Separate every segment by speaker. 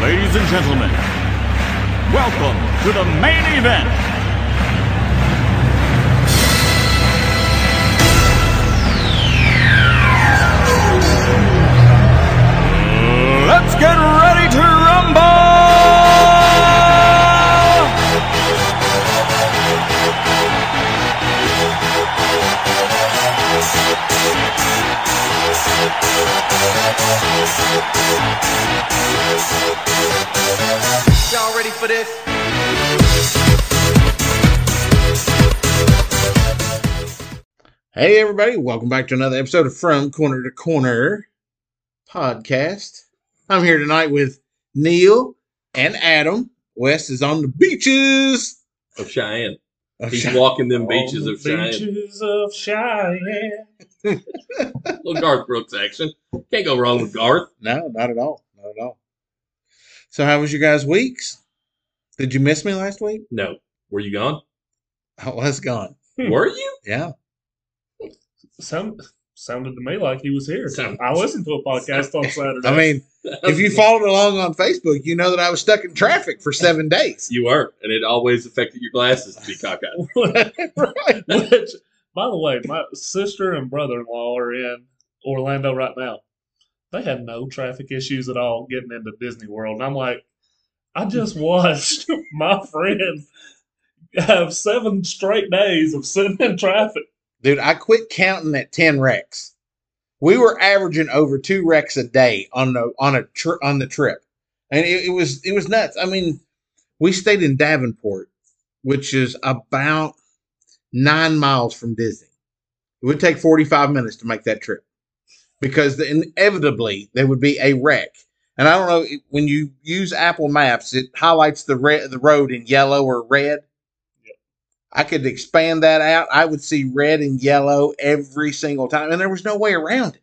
Speaker 1: Ladies and gentlemen, welcome to the main event. Let's get ready to rumble!
Speaker 2: Y'all ready for this?
Speaker 3: Hey, everybody, welcome back to another episode of From Corner to Corner podcast. I'm here tonight with Neil and Adam. Wes is on the beaches. Oh,
Speaker 4: of Cheyenne.
Speaker 3: of
Speaker 4: He's
Speaker 3: Chi-
Speaker 4: walking them beaches
Speaker 3: on
Speaker 4: of
Speaker 3: the
Speaker 4: Cheyenne.
Speaker 3: Beaches of Cheyenne.
Speaker 4: Little Garth Brooks action. Can't go wrong with Garth.
Speaker 3: No, not at all. Not at all. So, how was your guys' weeks? Did you miss me last week?
Speaker 4: No. Were you gone?
Speaker 3: I was gone.
Speaker 4: Were you?
Speaker 3: Yeah.
Speaker 5: Sound, sounded to me like he was here.
Speaker 4: Sound-
Speaker 5: I listened to a podcast on Saturday.
Speaker 3: I mean, if you followed along on Facebook, you know that I was stuck in traffic for seven days.
Speaker 4: you were, and it always affected your glasses to be cockeyed.
Speaker 5: which, by the way, my sister and brother in law are in Orlando right now. They had no traffic issues at all getting into Disney World. And I'm like, I just watched my friend have seven straight days of sitting in traffic.
Speaker 3: Dude, I quit counting at ten wrecks. We were averaging over two wrecks a day on the on a tri- on the trip, and it, it was it was nuts. I mean, we stayed in Davenport, which is about nine miles from Disney. It would take forty five minutes to make that trip because the, inevitably there would be a wreck. And I don't know it- when you use Apple Maps, it highlights the red the road in yellow or red. I could expand that out. I would see red and yellow every single time, and there was no way around it.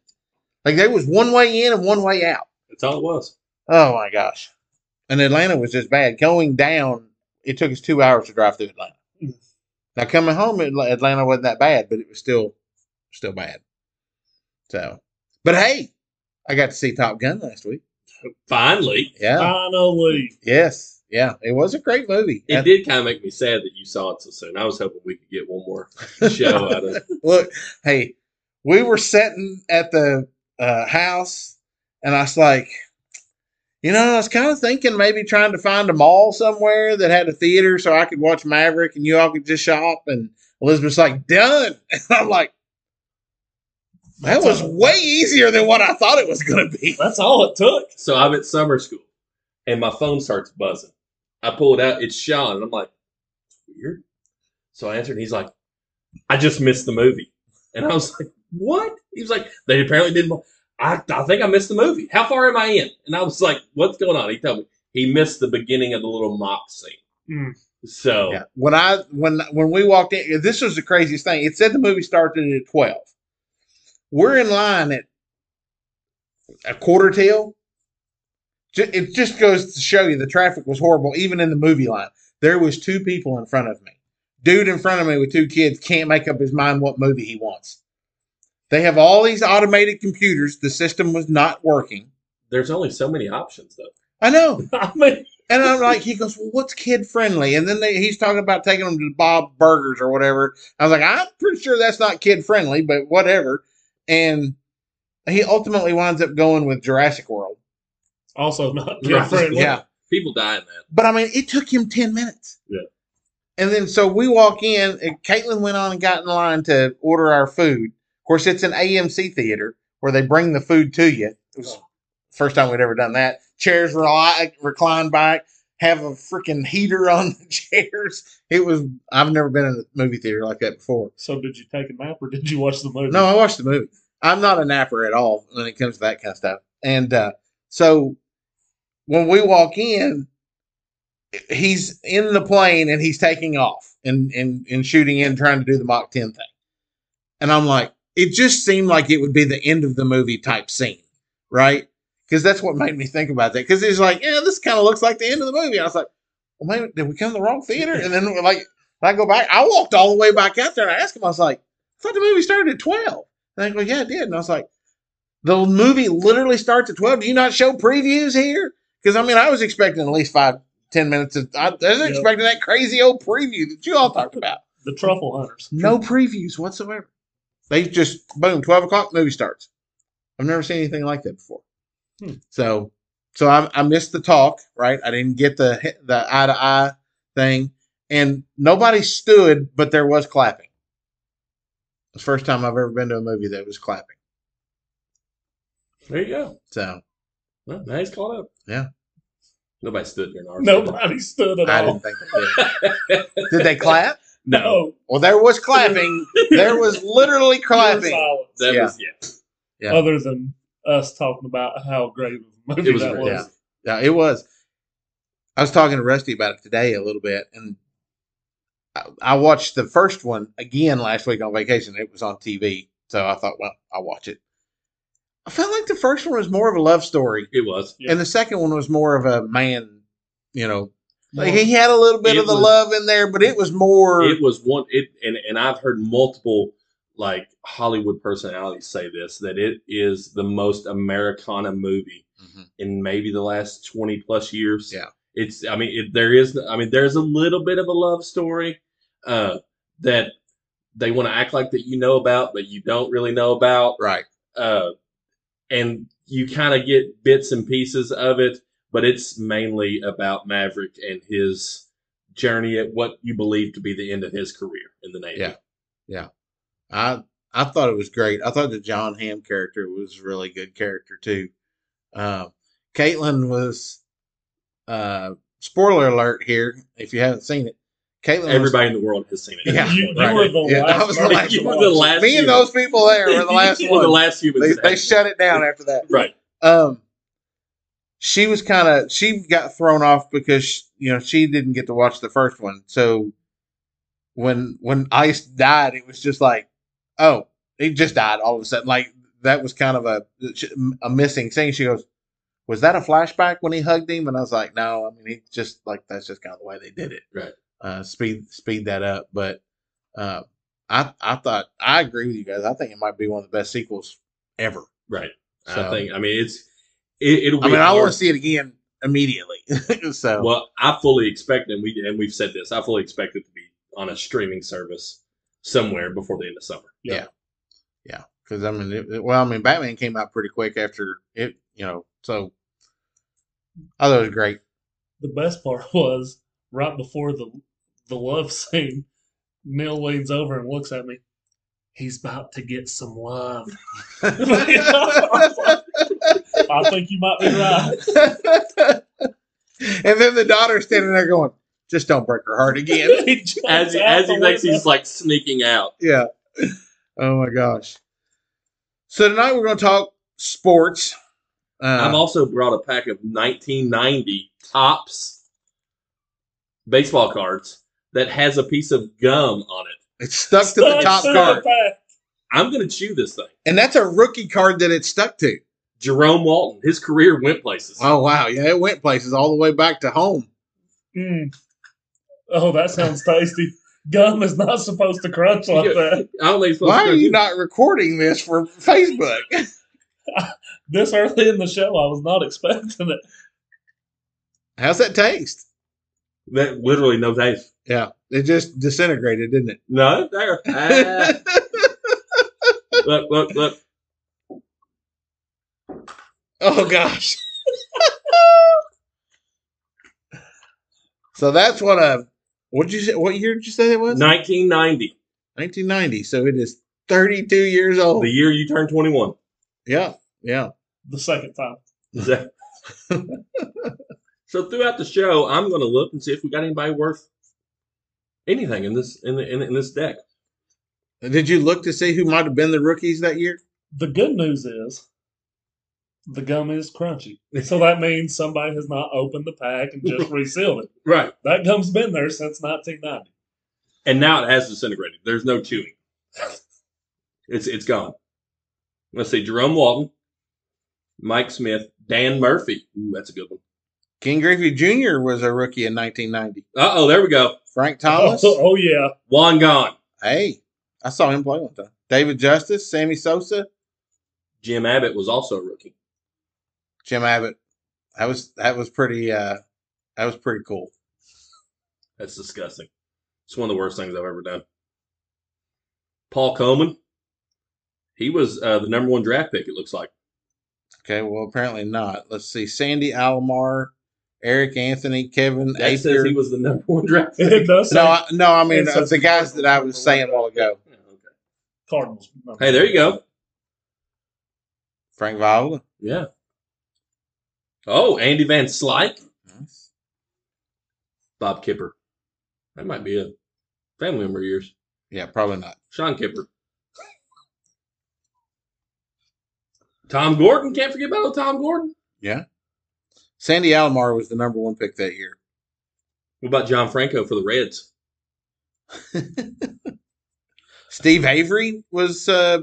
Speaker 3: Like there was one way in and one way out.
Speaker 4: That's all it was.
Speaker 3: Oh my gosh! And Atlanta was just bad. Going down, it took us two hours to drive through Atlanta.
Speaker 5: Mm.
Speaker 3: Now coming home, Atla- Atlanta wasn't that bad, but it was still, still bad. So, but hey, I got to see Top Gun last week.
Speaker 4: Finally.
Speaker 3: Yeah.
Speaker 5: Finally.
Speaker 3: yes. Yeah. It was a great movie.
Speaker 4: It did kind of make me sad that you saw it so soon. I was hoping we could get one more show out of it.
Speaker 3: look, hey, we were sitting at the uh, house, and I was like, you know, I was kind of thinking maybe trying to find a mall somewhere that had a theater so I could watch Maverick and you all could just shop. And Elizabeth's like, done. And I'm like, that was way easier than what I thought it was going to be.
Speaker 5: That's all it took.
Speaker 4: So I'm at summer school, and my phone starts buzzing. I pull it out. It's Sean, and I'm like, it's weird. So I answer, and he's like, I just missed the movie. And I was like, what? He was like, they apparently didn't. I, I think I missed the movie. How far am I in? And I was like, what's going on? He told me he missed the beginning of the little mop scene. Hmm.
Speaker 5: Mm.
Speaker 4: So
Speaker 3: Yeah. When I when when we walked in, this was the craziest thing. It said the movie started at twelve. We're in line at a quarter till. Ju- It just goes to show you the traffic was horrible, even in the movie line. There was two people in front of me. Dude in front of me with two kids can't make up his mind what movie he wants. They have all these automated computers. The system was not working.
Speaker 4: there's only so many options, though.
Speaker 3: I know.
Speaker 5: I mean,
Speaker 3: And I'm like, he goes, well, what's kid friendly? And then they, he's talking about taking them to Bob Burgers or whatever. I was like, I'm pretty sure that's not kid friendly, but whatever. And he ultimately winds up going with Jurassic World.
Speaker 5: also not
Speaker 4: Yeah.
Speaker 5: different.
Speaker 3: Yeah.
Speaker 4: People die in that.
Speaker 3: But I mean, it took him 10 minutes.
Speaker 4: Yeah.
Speaker 3: And then so we walk in, and Caitlin went on and got in line to order our food. Of course, it's an AMC theater where they bring the food to you. It was the first time we'd ever done that. Chairs were li- reclined back, have a freaking heater on the chairs. It was, I've never been in a movie theater like that before.
Speaker 5: So did you take a nap or did you watch the movie?
Speaker 3: No, I watched the movie. I'm not a napper at all when it comes to that kind of stuff. And uh, so when we walk in, he's in the plane and he's taking off and, and, and shooting in, trying to do the Mach 10 thing. And I'm like, it just seemed like it would be the end of the movie type scene, right? Because that's what made me think about that. Because he's like, yeah, this kind of looks like the end of the movie. I was like, well, maybe did we come to the wrong theater? And then like, I go back, I walked all the way back out there and I asked him, I was like, I thought the movie started at 12. And I go, yeah, it did. And I was like, the movie literally starts at 12. Do you not show previews here? Because I mean, I was expecting at least five, ten minutes. Of, I, I was
Speaker 5: Yep.
Speaker 3: expecting that crazy old preview that you all talked about.
Speaker 5: The truffle hunters.
Speaker 3: No previews whatsoever. They just boom, twelve o'clock movie starts. I've never seen anything like that before.
Speaker 5: Hmm.
Speaker 3: So, so I, I missed the talk. Right, I didn't get the the eye to eye thing, and nobody stood, but there was clapping. It's the first time I've ever been to a movie that was clapping.
Speaker 4: There you go.
Speaker 3: So
Speaker 4: Well, now he's caught up.
Speaker 3: Yeah.
Speaker 4: Nobody stood here in our
Speaker 5: Nobody stood at
Speaker 3: I
Speaker 5: all.
Speaker 3: didn't think they did. did they clap?
Speaker 4: No.
Speaker 5: No.
Speaker 3: Well, there was clapping. there was literally
Speaker 5: pure
Speaker 3: clapping.
Speaker 5: silence.
Speaker 4: That
Speaker 3: Yeah.
Speaker 4: was yeah.
Speaker 3: Yeah.
Speaker 5: Other than us talking about how great of a movie
Speaker 4: It was
Speaker 5: that
Speaker 4: great.
Speaker 5: was.
Speaker 3: Yeah. Yeah, it was. I was talking to Rusty about it today a little bit, and I, I watched the first one again last week on vacation. It was on TV, so I thought, well, I'll watch it. I felt like the first one was more of a love story,
Speaker 4: It was.
Speaker 5: Yeah.
Speaker 3: and the second one was more of a man. You know,
Speaker 5: More-
Speaker 3: like he had a little bit
Speaker 4: It
Speaker 3: of the
Speaker 4: was-
Speaker 3: love in there, but it was more.
Speaker 4: It was one it and, and I've heard multiple like Hollywood personalities say this that it is the most Americana movie
Speaker 3: Mhm.
Speaker 4: in maybe the last twenty plus years.
Speaker 3: Yeah.
Speaker 4: It's I mean it, there is I mean there's a little bit of a love story uh that they want to act like that you know about but you don't really know about.
Speaker 3: right.
Speaker 4: uh, and you kind of get bits and pieces of it, but it's mainly about Maverick and his journey at what you believe to be the end of his career in the Navy.
Speaker 3: Yeah. I I thought it was great. I thought the John Hamm character was a really good character too. Um, Caitlin was. Uh, spoiler alert here if you haven't seen it. Caitlin,
Speaker 4: Everybody in the world has seen it.
Speaker 3: Yeah,
Speaker 5: You, you
Speaker 3: right.
Speaker 5: were the
Speaker 3: Yeah, I
Speaker 5: last.
Speaker 3: was the
Speaker 5: person
Speaker 3: last
Speaker 5: to
Speaker 4: You were
Speaker 5: watch.
Speaker 4: the last.
Speaker 3: Was, me and
Speaker 4: human.
Speaker 3: those people there were the last
Speaker 4: You were
Speaker 3: one.
Speaker 4: the last humans.
Speaker 3: they,
Speaker 4: that
Speaker 3: they
Speaker 4: had-
Speaker 3: shut it down after that.
Speaker 4: Right.
Speaker 3: Um, she was kind of she got thrown off because you know she didn't get to watch the first one. So when when Ice died, it was just like, oh, he just died all of a sudden. Like that was kind of a a missing thing. She goes, was that a flashback when he hugged him? And I was like, no. I mean, he just like that's just kind of the way they did it.
Speaker 4: Right.
Speaker 3: Uh, speed speed that up, but. Uh, I, I thought I agree with you guys. I think it might be one of the best sequels ever.
Speaker 4: Right.
Speaker 3: So-
Speaker 4: I think. I mean, it's. It, it'll. Be
Speaker 3: Um, I mean, I
Speaker 4: hard-
Speaker 3: want to see it again immediately. so
Speaker 4: Well, I fully expect, and we and we've said this. I fully expect it to be on a streaming service somewhere before the end of summer.
Speaker 3: because I mean, it, it- well, I mean, Batman came out pretty quick after it, you know. So I thought it was great.
Speaker 5: The best part was right before the the love scene. Neil leans over and looks at me. He's about to get some love. I think you might be right.
Speaker 3: and then the daughter's standing there going, "Just don't break her heart again."
Speaker 5: He jumps
Speaker 4: As
Speaker 5: out
Speaker 4: as he
Speaker 5: the
Speaker 4: thinks
Speaker 5: window.
Speaker 4: he's like sneaking out.
Speaker 3: yeah. Oh my gosh. So tonight we're going to talk sports. Uh,
Speaker 4: I've also brought a pack of 1990 tops baseball cards that has a piece of gum on it.
Speaker 3: it's stuck to the
Speaker 5: Stuck
Speaker 3: top
Speaker 5: to the
Speaker 3: card,
Speaker 5: back.
Speaker 4: I'm going to chew this thing.
Speaker 3: and that's a rookie card that it's stuck to.
Speaker 4: Jerome Walton, his career went places.
Speaker 3: Oh wow, yeah, it went places all the way back to home.
Speaker 5: Mm. Oh, that sounds tasty. Gum is not supposed to crunch like
Speaker 4: Yeah.
Speaker 5: that.
Speaker 4: I don't think he's supposed
Speaker 3: Why
Speaker 4: to
Speaker 3: are you not recording this for Facebook?
Speaker 5: This early in the show, I was not expecting it.
Speaker 3: How's that taste?
Speaker 4: That literally no taste.
Speaker 3: Yeah, it just disintegrated, didn't it?
Speaker 4: No, there. Ah.
Speaker 3: Uh.
Speaker 4: look, look, look.
Speaker 3: Oh gosh. so that's what a what you say? What year did you say it was?
Speaker 4: 1990,
Speaker 3: 1990. So it is 32 years old.
Speaker 4: the year you turned 21.
Speaker 3: Yeah, yeah.
Speaker 5: The second time.
Speaker 4: Is that- so throughout the show, I'm going to look and see if we got anybody worth anything in this in, the, in, in this deck.
Speaker 3: Did you look to see who might have been the rookies that year?
Speaker 5: The good news is the gum is crunchy. So that means somebody has not opened the pack and just resealed it.
Speaker 4: Right.
Speaker 5: That gum's been there since 1990.
Speaker 4: And now it has disintegrated. There's no chewing. It's it's gone. Let's see. Jerome Walton, Mike Smith, Dan Murphy. Ooh, that's a good one.
Speaker 3: King Griffey Jr. was a rookie in 1990.
Speaker 4: Uh oh, there we go.
Speaker 3: Frank Thomas.
Speaker 5: Oh, oh, yeah.
Speaker 4: Juan gone.
Speaker 3: Hey, I saw him play one time. David Justice, Sammy Sosa,
Speaker 4: Jim Abbott was also a rookie.
Speaker 3: Jim Abbott That was that was pretty uh that was pretty cool.
Speaker 4: That's disgusting. It's one of the worst things I've ever done. Paul Coleman, he was uh, the number one draft pick. It looks like
Speaker 3: Okay, well apparently not. Let's see. Sandy Alomar, Eric Anthony, Kevin
Speaker 4: that says he
Speaker 3: Apier.
Speaker 4: was the number one draft pick.
Speaker 5: It does say
Speaker 3: No, I, no, I mean
Speaker 5: It says
Speaker 3: of the guys that I was
Speaker 5: Cardinals.
Speaker 3: saying a while ago.
Speaker 4: Yeah, okay.
Speaker 5: Cardinals.
Speaker 4: Hey, there you go.
Speaker 3: Frank Viola.
Speaker 4: Yeah. Oh, Andy Van Slyke,
Speaker 3: Nice.
Speaker 4: Bob Kipper. That might be a family member of yours.
Speaker 3: Yeah, probably not.
Speaker 4: Sean Kipper. Tom Gordon. Can't forget about old Tom Gordon.
Speaker 3: Sandy Alomar was the number one pick that year.
Speaker 4: What about John Franco for the Reds?
Speaker 3: Steve Avery was uh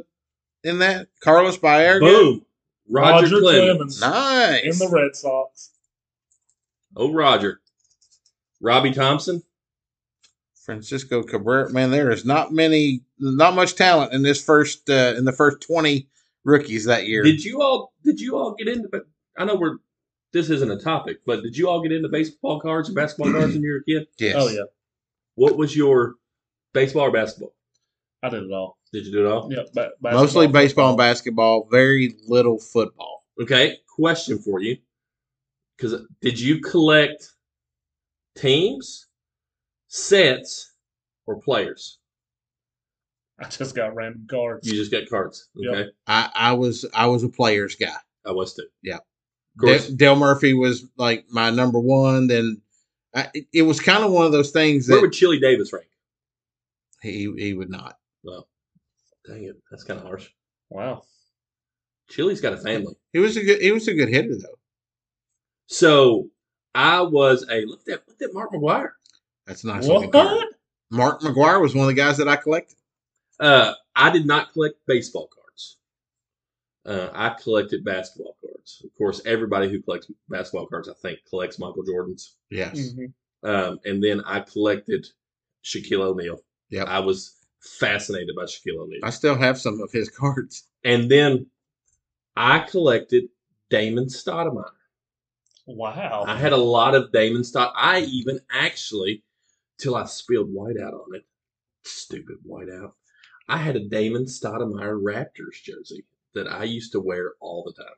Speaker 3: in that. Carlos Baerga.
Speaker 4: Boom. Roger,
Speaker 5: Roger
Speaker 4: Clemens.
Speaker 5: Clemens
Speaker 3: Nice.
Speaker 5: in the Red Sox.
Speaker 4: Oh, Roger. Robbie Thompson.
Speaker 3: Francisco Cabrera. Man, there is not many, not much talent in this first, uh, in the first twenty rookies that year.
Speaker 4: Did you all? Did you all get into? I know we're. This isn't a topic, but did you all get into baseball cards and basketball cards when you were a kid?
Speaker 3: yes.
Speaker 5: Oh yeah,
Speaker 4: What was your baseball or basketball?
Speaker 5: I did it all.
Speaker 4: Did you do it all?
Speaker 5: Yeah, ba-
Speaker 3: Mostly baseball and basketball. Very little football.
Speaker 4: Okay, question for you. Because did you collect teams, sets, or players?
Speaker 5: I just got random cards.
Speaker 4: You just got cards.
Speaker 5: Yep.
Speaker 4: Okay,
Speaker 3: I, I was, I was a players guy.
Speaker 4: I was too.
Speaker 3: Yeah.
Speaker 4: Of course.
Speaker 3: Del, Del Murphy was like my number one. Then I, it, it was kind of one of those things
Speaker 4: Where
Speaker 3: that
Speaker 4: would Chili Davis rank?
Speaker 3: he he would not.
Speaker 4: Dang it, that's kind of harsh.
Speaker 5: wow.
Speaker 4: Chili's got a family.
Speaker 3: He was a good, he was a good hitter though.
Speaker 4: So I was a look at look at Mark McGuire.
Speaker 3: That's a nice. looking card.
Speaker 5: What?
Speaker 3: Mark McGuire was one of the guys that I collected.
Speaker 4: Uh, I did not collect baseball cards. Uh, I collected basketball cards. Of course, everybody who collects basketball cards, I think, collects Michael Jordan's.
Speaker 3: Yes.
Speaker 5: Mhm.
Speaker 4: Um, and then I collected Shaquille O'Neal.
Speaker 3: Yep.
Speaker 4: I was fascinated by Shaquille O'Neal.
Speaker 3: I still have some of his cards.
Speaker 4: And then I collected Damon Stoudemire.
Speaker 5: Wow.
Speaker 4: I had a lot of Damon Stock. I even actually, till I spilled whiteout on it, stupid whiteout. I had a Damon Stoudemire Raptors jersey that I used to wear all the time.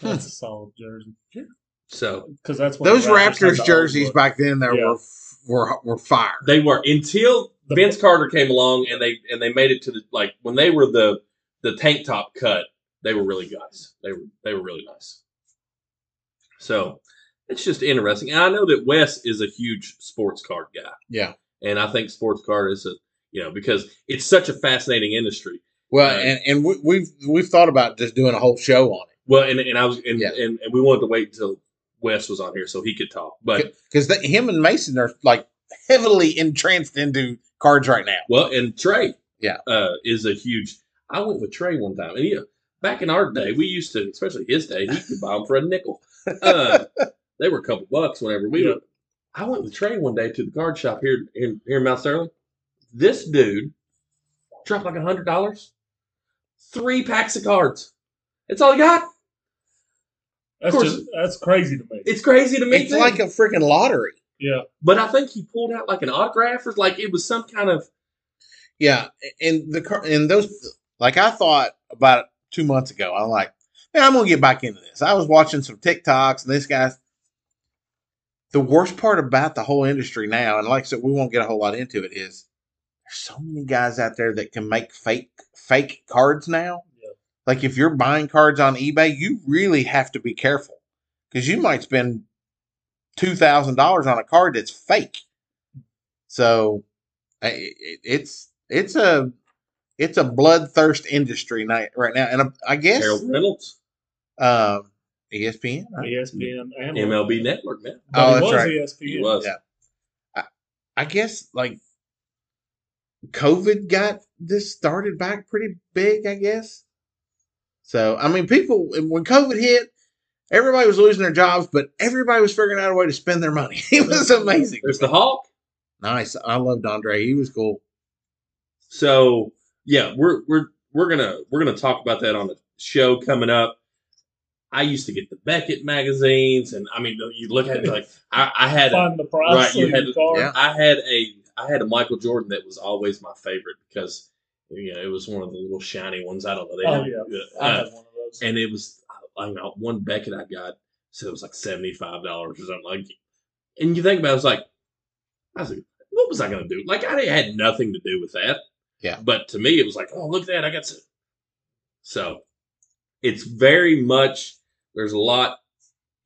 Speaker 5: That's a solid jersey.
Speaker 4: So
Speaker 5: Because that's when
Speaker 3: Those
Speaker 5: the had the
Speaker 3: Raptors
Speaker 5: old
Speaker 3: jerseys
Speaker 5: look.
Speaker 3: back then that
Speaker 5: Yeah.
Speaker 3: were were were fire.
Speaker 4: they were until
Speaker 5: The-
Speaker 4: Vince Carter came along and they and they made it to the like when they were the the tank top cut. They were really guys. They were they were really nice. So it's just interesting. And I know that Wes is a huge sports card guy.
Speaker 3: Yeah.
Speaker 4: and I think sports card is a you know because it's such a fascinating industry.
Speaker 3: Well,
Speaker 4: Uh,
Speaker 3: and and we, we've we've thought about just doing a whole show on it
Speaker 4: Well, and and I was and,
Speaker 3: Yeah.
Speaker 4: and, and we wanted to wait until Wes was on here so he could talk, but
Speaker 3: because him and Mason are like heavily entrenched into cards right now.
Speaker 4: well, and Trey
Speaker 3: Yeah.
Speaker 4: uh, is a huge. I went with Trey one time, and yeah, back in our day, we used to, especially his day, he could buy them for a nickel. Uh, they were a couple bucks whenever we.
Speaker 5: Yeah.
Speaker 4: Went. I went with Trey one day to the card shop here in here in Mount Sterling. This dude dropped like a hundred dollars, three packs of cards. That's all he got.
Speaker 5: That's
Speaker 4: course.
Speaker 5: just that's crazy to me.
Speaker 4: It's crazy to me.
Speaker 3: It's
Speaker 4: too.
Speaker 3: like a freaking lottery.
Speaker 5: Yeah.
Speaker 4: but I think he pulled out like an autograph or like it was some kind of
Speaker 3: Yeah, and the car and those like I thought about it two months ago. I'm like, man, I'm gonna get back into this. I was watching some TikToks and this guy's. The worst part about the whole industry now, and like I said, we won't get a whole lot into it, is there's so many guys out there that can make fake fake cards now.
Speaker 5: Yeah.
Speaker 3: Like if you're buying cards on eBay, you really have to be careful because you might spend two thousand dollars on a card that's fake. So I- it, it's it's a it's a bloodthirst industry night right now, and uh, I, I guess
Speaker 4: Harold Reynolds
Speaker 3: um, ESPN.
Speaker 5: E
Speaker 3: right?
Speaker 5: ESPN and
Speaker 4: MLB network man.
Speaker 5: But
Speaker 3: Oh,
Speaker 5: it
Speaker 3: that's
Speaker 5: was E
Speaker 3: right.
Speaker 5: ESPN.
Speaker 4: He was.
Speaker 3: Yeah. I guess like COVID got this started back pretty big, I guess. So I mean, people when COVID hit, everybody was losing their jobs, but everybody was figuring out a way to spend their money. It was amazing.
Speaker 4: There's the Hawk.
Speaker 3: Nice. I loved Andre. He was cool.
Speaker 4: So yeah, we're we're we're gonna we're gonna talk about that on the show coming up. I used to get the Beckett magazines, and I mean, you look at it like I, I had a,
Speaker 5: Find the price
Speaker 4: right, you
Speaker 5: on
Speaker 4: had
Speaker 5: your
Speaker 4: to-
Speaker 5: car.
Speaker 3: Yeah.
Speaker 4: I had a I had a Michael Jordan that was always my favorite because you know it was one of the little shiny ones. I don't know. They
Speaker 5: Oh,
Speaker 4: had-
Speaker 5: yeah.
Speaker 4: uh,
Speaker 5: I had one of those.
Speaker 4: and it was I don't know one Beckett I got said it was like seventy five dollars or something like. And you think about it, it's like I was like, what was I gonna do? Like I had nothing to do with that.
Speaker 3: Yeah.
Speaker 4: But to me, it was like, oh look at that, I got some. So, it's very much there's a lot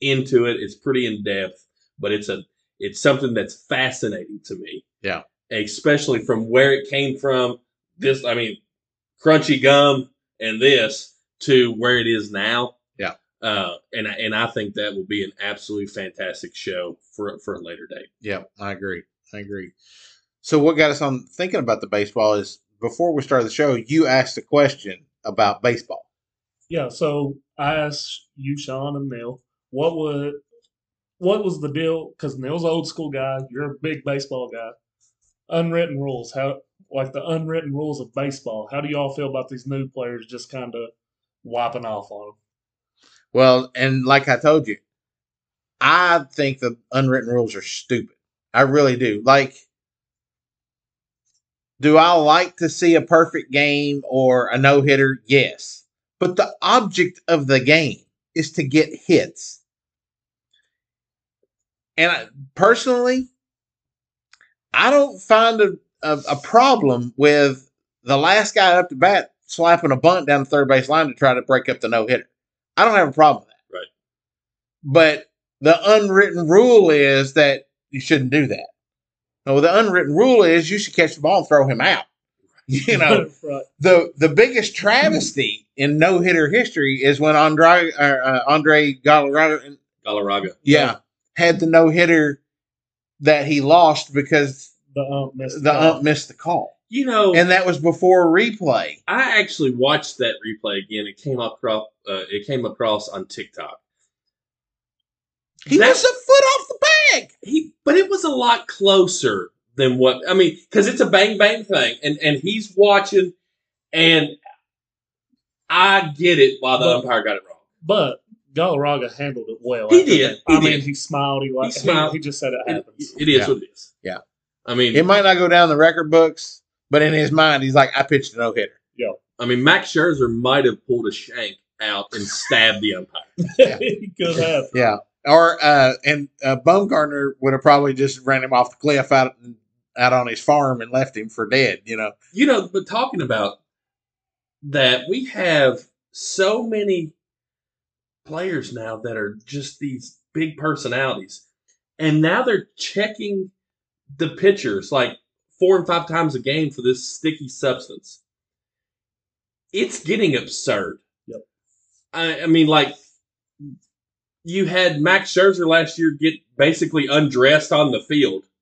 Speaker 4: into it. It's pretty in depth, but it's a it's something that's fascinating to me.
Speaker 3: Yeah.
Speaker 4: Especially from where it came from. This I mean, crunchy gum and this to where it is now.
Speaker 3: Yeah.
Speaker 4: Uh, and I- and I think that will be an absolutely fantastic show for for a later date.
Speaker 3: Yeah, I agree. I agree. So what got us on thinking about the baseball is before we started the show, you asked a question about baseball.
Speaker 5: Yeah, so I asked you, Sean, and Neil, what would what was the deal? Because Neil's an old school guy, you're a big baseball guy. Unwritten rules, how like the unwritten rules of baseball. How do y'all feel about these new players just kind of wiping off on them?
Speaker 3: Well, and like I told you, I think the unwritten rules are stupid. I really do. Like, do I like to see a perfect game or a no hitter? Yes. But the object of the game is to get hits. And I, personally, I don't find a, a, a problem with the last guy up to bat slapping a bunt down the third base line to try to break up the no hitter. I don't have a problem with that.
Speaker 4: Right.
Speaker 3: But the unwritten rule is that you shouldn't do that. No, the unwritten rule is you should catch the ball and throw him out. You know,
Speaker 5: right.
Speaker 3: the the biggest travesty in no hitter history is when Andre uh, uh, Andre Galarraga uh,
Speaker 4: Galarraga.
Speaker 3: yeah had the no hitter that he lost because
Speaker 5: The ump missed
Speaker 3: the
Speaker 5: call.
Speaker 3: ump missed the call,
Speaker 4: You know,
Speaker 3: and that was before replay.
Speaker 4: I actually watched that replay again. It came up uh, it came across on TikTok.
Speaker 3: He
Speaker 4: That-
Speaker 3: was a foot off the bag.
Speaker 4: He, but it was a lot closer than what I mean, because it's a bang bang thing, and and he's watching, and I get it why the
Speaker 5: But-
Speaker 4: umpire got it wrong.
Speaker 5: But Galarraga handled it well.
Speaker 4: He
Speaker 5: after
Speaker 4: did,
Speaker 5: that.
Speaker 4: he
Speaker 5: I mean,
Speaker 4: did.
Speaker 5: he smiled. He, like, he,
Speaker 4: smiled.
Speaker 5: he just said it
Speaker 4: It,
Speaker 5: happens.
Speaker 4: it is
Speaker 3: Yeah.
Speaker 4: what it is.
Speaker 3: Yeah.
Speaker 4: I mean,
Speaker 3: It might not go down the record books, but in his mind, he's like, I pitched a no hitter.
Speaker 4: I mean, Max Scherzer might have pulled a shank out and stabbed the umpire.
Speaker 3: Yeah.
Speaker 5: he could have.
Speaker 3: Yeah. Or uh, and uh, Baumgartner would have probably just ran him off the cliff out out on his farm and left him for dead. You know.
Speaker 4: You know, but talking about that, we have so many players now that are just these big personalities, and now they're checking the pitchers like four and five times a game for this sticky substance. It's getting absurd.
Speaker 5: Yep.
Speaker 4: I, I mean, like you had Max Scherzer last year get basically undressed on the field.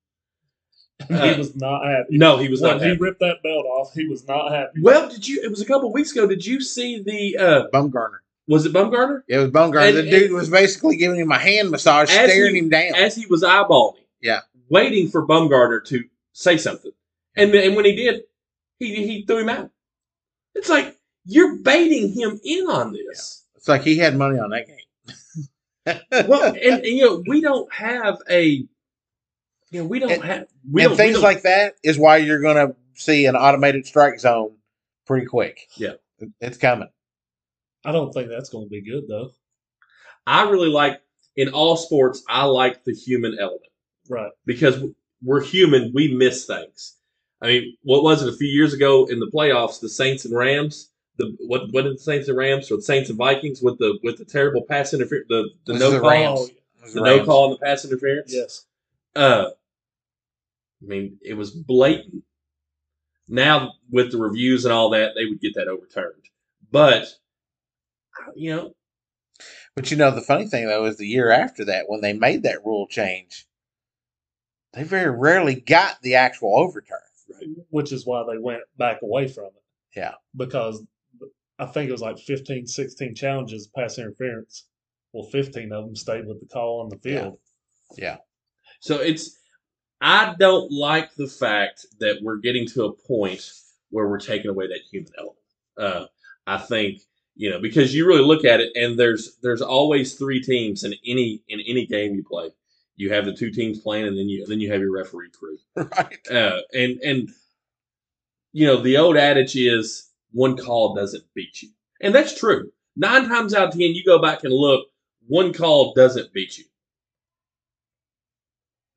Speaker 4: Uh,
Speaker 5: he was not happy.
Speaker 4: No, he was
Speaker 5: when
Speaker 4: not
Speaker 5: he
Speaker 4: happy.
Speaker 5: ripped that belt off, he was not happy.
Speaker 4: Well, did you? It was a couple weeks ago. Did you see the? uh
Speaker 3: Baumgartner.
Speaker 4: Was it Bumgarner?
Speaker 3: It was Baumgartner.
Speaker 4: And-
Speaker 3: the
Speaker 4: and-
Speaker 3: dude was basically giving him a hand massage,
Speaker 4: As
Speaker 3: staring
Speaker 4: he-
Speaker 3: him down.
Speaker 4: As he was eyeballing,
Speaker 3: Yeah.
Speaker 4: waiting for Bumgarner to say something, and then, and when he did, he he threw him out. It's like you're baiting him in on this.
Speaker 3: it's like he had money on that game.
Speaker 4: Well, and, and you know we don't have a. You know, we don't
Speaker 3: And-
Speaker 4: have we
Speaker 3: and
Speaker 4: don't, we
Speaker 3: things
Speaker 4: don't-
Speaker 3: like that is why you're going to see an automated strike zone pretty quick.
Speaker 4: Yeah.
Speaker 3: It- it's coming.
Speaker 5: I don't think that's going to be good though.
Speaker 4: I really like in all sports. I like the human element.
Speaker 5: Right.
Speaker 4: because we're human, we miss things. I mean, what was it a few years ago in the playoffs? The Saints and Rams. The what? What did the Saints and Rams or the Saints and Vikings with the with the terrible pass interference? The the
Speaker 3: This
Speaker 4: no
Speaker 3: is the
Speaker 4: call,
Speaker 3: Rams.
Speaker 5: Oh,
Speaker 4: the no call on the pass interference.
Speaker 5: yes.
Speaker 4: Uh, I mean, it was blatant. Now with the reviews and all that, they would get that overturned. But you know,
Speaker 3: But you know, the funny thing though is the year after that, when they made that rule change, they very rarely got the actual overturn.
Speaker 5: Which is why they went back away from it.
Speaker 3: Yeah.
Speaker 5: Because I think it was like 15, 16 challenges pass interference. Well, 15 of them stayed with the call on the field.
Speaker 4: So it's I don't like the fact that we're getting to a point where we're taking away that human element. Uh, I think You know, because you really look at it, and there's there's always three teams in any in any game you play. You have the two teams playing, and then you then you have your referee crew.
Speaker 3: Right.
Speaker 4: Uh, and and you know the old adage is one call doesn't beat you, and that's true. Nine times out of ten, you go back and look, one call doesn't beat you.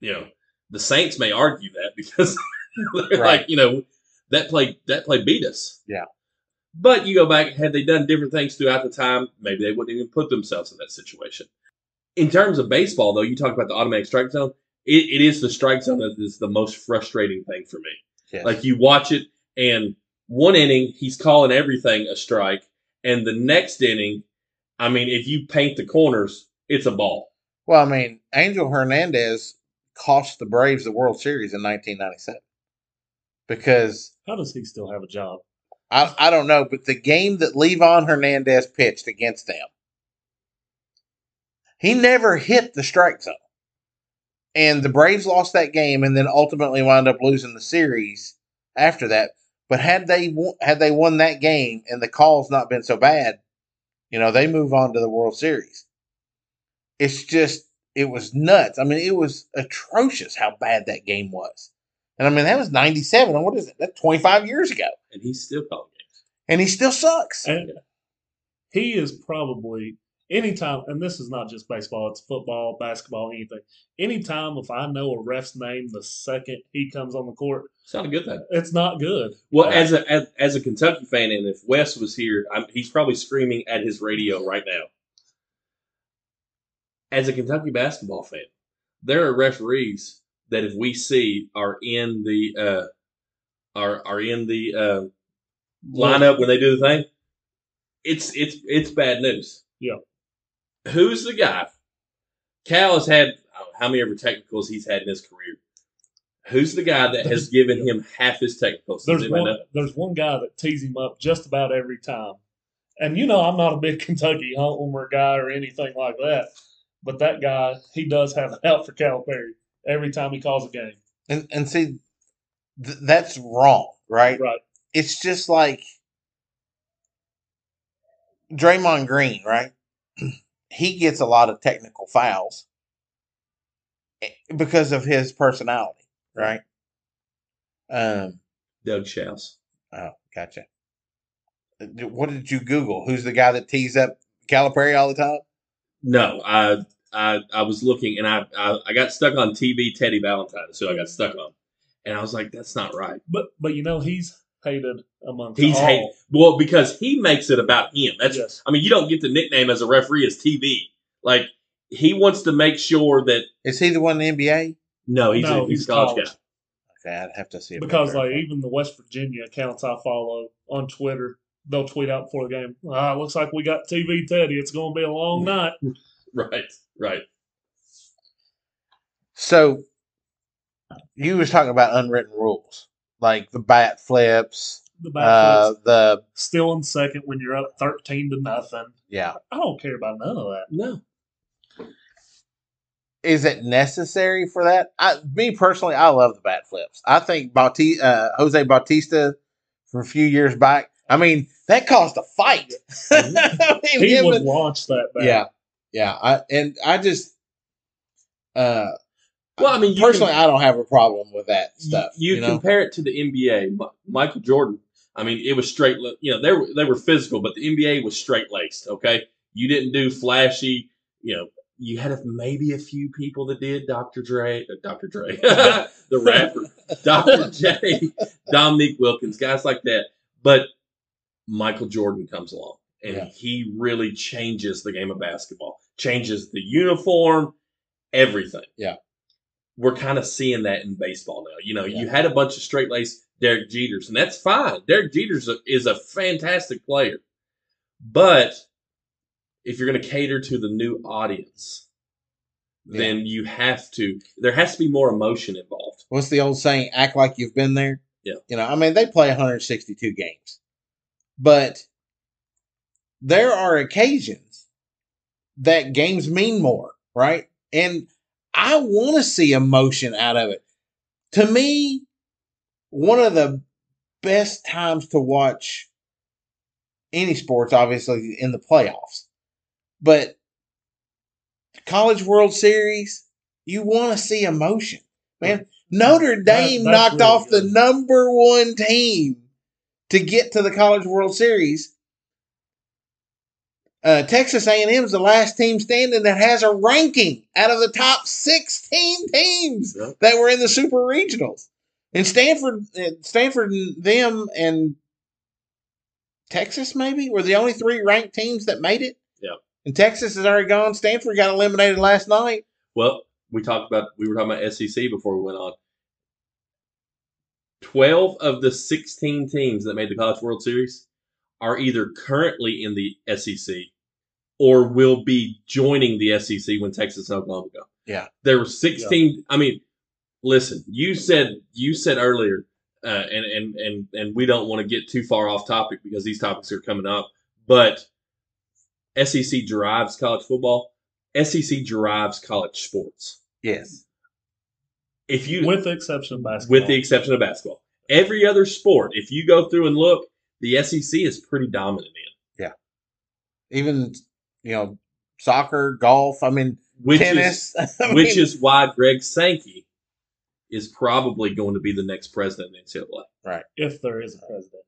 Speaker 4: You know, the Saints may argue that because they're
Speaker 3: Right.
Speaker 4: like you know that play that play beat us.
Speaker 3: Yeah.
Speaker 4: But you go back, had they done different things throughout the time, maybe they wouldn't even put themselves in that situation. In terms of baseball, though, you talk about the automatic strike zone it, it is the strike zone that is the most frustrating thing for me.
Speaker 3: Yes.
Speaker 4: Like you watch it, and one inning he's calling everything a strike, and the next inning, I mean, if you paint the corners, it's a ball.
Speaker 3: Well, I mean, Angel Hernandez cost the Braves the World Series in 1997 because
Speaker 5: How does he still have a job?
Speaker 3: I, I don't know, but the game that Levon Hernandez pitched against them, he never hit the strike zone. And the Braves lost that game and then ultimately wound up losing the series after that. But had they wo- had they won that game and the call's not been so bad, you know, they move on to the World Series. It's just it was nuts. I mean, it was atrocious how bad that game was. And I mean, that was 97. And what is it? That's 25 years ago
Speaker 4: And he's still calling games.
Speaker 3: and he still sucks.
Speaker 5: And he is probably anytime, and this is not just baseball; it's football, basketball, anything. Anytime if I know a ref's name, the second he comes on the court,
Speaker 4: It's not a good thing.
Speaker 5: it's not good.
Speaker 4: Well, as a as, as a Kentucky fan, and if Wes was here, I'm, he's probably screaming at his radio right now. As a Kentucky basketball fan, there are referees that if we see are in the uh, are are in the uh, lineup when they do the thing, it's it's it's bad news.
Speaker 5: Yeah.
Speaker 4: Who's the guy? Cal has had I don't know how many ever technicals he's had in his career. Who's the guy that has given him half his technicals? Does
Speaker 5: There's
Speaker 4: anybody
Speaker 5: one.
Speaker 4: know?
Speaker 5: There's one guy that tees him up just about every time, and you know I'm not a big Kentucky homer guy or anything like that, but that guy he does have an out for Calipari every time he calls a game.
Speaker 3: And and see, th- that's wrong, right?
Speaker 5: Right.
Speaker 3: It's just like Draymond Green, right? he gets a lot of technical fouls eh, because of his personality, right? Um.
Speaker 4: Doug Shouse.
Speaker 3: Oh, gotcha. Uh, What did you Google? Who's the guy that tees up Calipari all the time?
Speaker 4: No, I I I was looking and I, I I got stuck on TV Teddy Valentine. So I got stuck on, and I was like, that's not right.
Speaker 5: But but you know he's hated amongst
Speaker 4: He's
Speaker 5: all.
Speaker 4: hated. Well, because he makes it about him. That's
Speaker 5: Yes.
Speaker 4: I mean, you don't get the nickname as a referee as TV. Like he wants to make sure that
Speaker 3: Is he the one in the NBA?
Speaker 4: no, he's
Speaker 5: No,
Speaker 4: a, he's,
Speaker 5: he's
Speaker 4: a college,
Speaker 5: college.
Speaker 4: guy.
Speaker 3: Okay, I'd have to see. a
Speaker 5: because
Speaker 3: picture.
Speaker 5: like even the West Virginia accounts I follow on Twitter, they'll tweet out before the game. Ah, looks like we got TV Teddy. It's going to be a long night.
Speaker 4: Right, right.
Speaker 3: So you was talking about unwritten rules, like the bat flips,
Speaker 5: The
Speaker 3: uh,
Speaker 5: backflips
Speaker 3: the
Speaker 5: still in second when you're up thirteen to nothing.
Speaker 3: yeah.
Speaker 5: I don't care about none of that.
Speaker 4: No,
Speaker 3: Is it necessary for that? I, me personally, I love the bat flips. I think Bautista, uh, Jose Bautista, from a few years back. I mean, that caused a fight. I mean,
Speaker 5: He
Speaker 3: him
Speaker 5: would
Speaker 3: and-
Speaker 5: launch that back.
Speaker 3: yeah, yeah. I and I just, uh,
Speaker 4: well, I mean, you
Speaker 3: personally,
Speaker 4: can-
Speaker 3: I don't have a problem with that stuff.
Speaker 4: You,
Speaker 3: You,
Speaker 4: you
Speaker 3: know,
Speaker 4: compare it to the NBA. Mi- Michael Jordan. I mean, it was straight. li- You know, they were they were physical, but the NBA was straight laced. Okay, you didn't do flashy. You know, you had a, maybe a few people that did. Dr. Dre, uh, Dr. Dre, the rapper, Dr. J, Dominique Wilkins, guys like that. But Michael Jordan comes along, and
Speaker 3: Yeah.
Speaker 4: he really changes the game of basketball, changes the uniform, everything we're kind of seeing that in baseball now. You know, you had a bunch of straight laced Derek Jeters, and that's fine. Derek Jeters a- is a fantastic player, but if you're going to cater to the new audience, then you have to. There has to be more emotion involved.
Speaker 3: what's the old saying? Act like you've been there.
Speaker 4: Yeah.
Speaker 3: You know, I mean, they play 162 games, but there are occasions that games mean more, right? And I want to see emotion out of it. To me, one of the best times to watch any sports, obviously, in the playoffs. But college World Series, you want to see emotion, man. Notre Dame
Speaker 5: that's
Speaker 3: knocked
Speaker 5: really
Speaker 3: off the
Speaker 5: good.
Speaker 3: number one team to get to the College World Series. Uh, Texas A&M is the last team standing that has a ranking out of the top 16 teams
Speaker 4: Yeah.
Speaker 3: that were in the Super Regionals. And Stanford, uh, Stanford, and them, and Texas maybe were the only three ranked teams that made it.
Speaker 4: Yeah.
Speaker 3: And Texas is already gone. Stanford got eliminated last night.
Speaker 4: Well, we talked about we were talking about SEC before we went on. Twelve of the sixteen teams that made the College World Series are either currently in the SEC or will be joining the SEC when Texas and Oklahoma go.
Speaker 3: Yeah.
Speaker 4: there were sixteen. I mean, listen, you said you said earlier, uh, and and and and we don't want to get too far off topic because these topics are coming up, but SEC drives college football. SEC E drives college sports.
Speaker 3: Yes.
Speaker 4: If you
Speaker 5: with the exception of basketball.
Speaker 4: with the exception of basketball. Every other sport, if you go through and look, the SEC is pretty dominant in.
Speaker 3: Even you know, soccer, golf. I mean,
Speaker 4: Which is
Speaker 3: tennis. I mean,
Speaker 4: which is why Greg Sankey is probably going to be the next president of NCAA,
Speaker 5: if there is a president,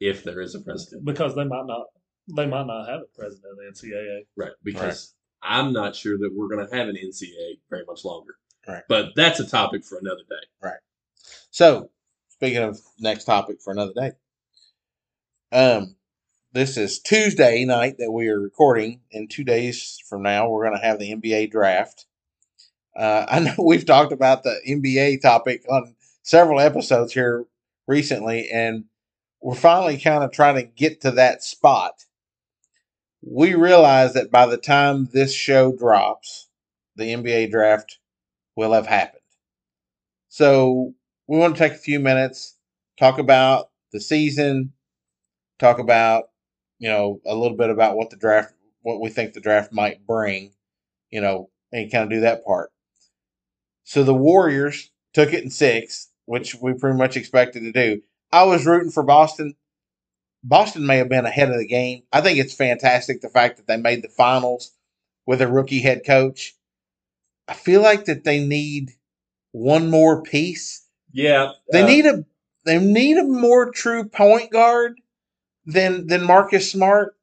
Speaker 4: if there is a president.
Speaker 5: because they might not, they might not have a president of the NCAA.
Speaker 4: Right. Because I'm not sure that we're gonna have an NCAA very much longer.
Speaker 3: Right.
Speaker 4: But that's a topic for another day.
Speaker 3: so. Speaking of next topic for another day. Um, this is Tuesday night that we are recording, and two days from now we're going to have the NBA draft. Uh, I know we've talked about the NBA topic on several episodes here recently, and we're finally kind of trying to get to that spot. We realize that by the time this show drops, the NBA draft will have happened. So we want to take a few minutes, talk about the season, talk about, you know, a little bit about what the draft, what we think the draft might bring, you know, and kind of do that part. So the Warriors took it in six, which we pretty much expected to do. I was rooting for Boston. Boston may have been ahead of the game. I think it's fantastic the fact that they made the finals with a rookie head coach. I feel like that they need one more piece
Speaker 4: Yeah.
Speaker 3: they
Speaker 4: uh,
Speaker 3: need a they need a more true point guard than than Marcus Smart.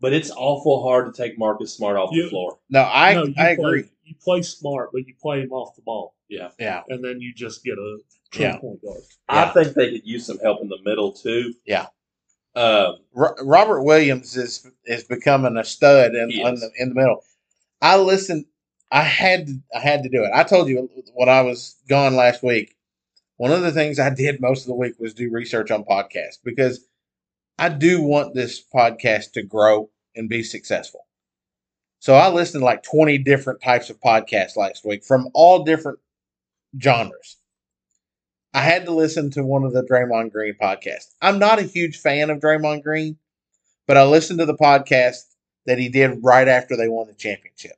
Speaker 4: but it's awful hard to take Marcus Smart off the
Speaker 5: You-
Speaker 4: floor.
Speaker 3: No, I
Speaker 5: No, you
Speaker 3: I
Speaker 5: play-
Speaker 3: agree.
Speaker 5: You play smart, but you play him off the ball,
Speaker 3: Yeah,
Speaker 5: and then you just get a true
Speaker 3: Yeah.
Speaker 5: point guard.
Speaker 4: I think they could use some help in the middle too.
Speaker 3: Yeah.
Speaker 4: Um
Speaker 3: Ro- Robert Williams is is becoming a stud in
Speaker 4: He
Speaker 3: in
Speaker 4: is.
Speaker 3: the, in the middle. I listened. I had to, I had to do it. I told you when I was gone last week. One of the things I did most of the week was do research on podcasts because I do want this podcast to grow and be successful. So I listened to like 20 different types of podcasts last week from all different genres. I had to listen to one of the Draymond Green podcasts. I'm not a huge fan of Draymond Green, but I listened to the podcast that he did right after they won the championship.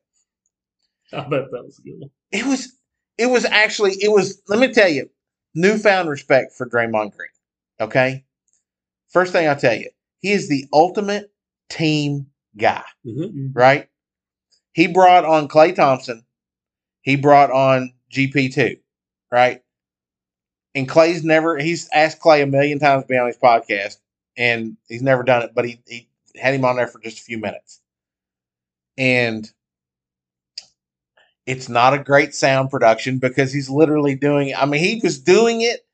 Speaker 5: I bet that was a good one.
Speaker 3: It was it was actually it was let me tell you, newfound respect for Draymond Green. Okay? First thing I tell you, he is the ultimate team guy
Speaker 4: mhm.
Speaker 3: right? He brought on Clay Thompson. He brought on GP2, right? And Clay's never, he's asked Clay a million times to be on his podcast, and he's never done it, but he, he had him on there for just a few minutes. And it's not a great sound production because he's literally doing, I mean, he was doing it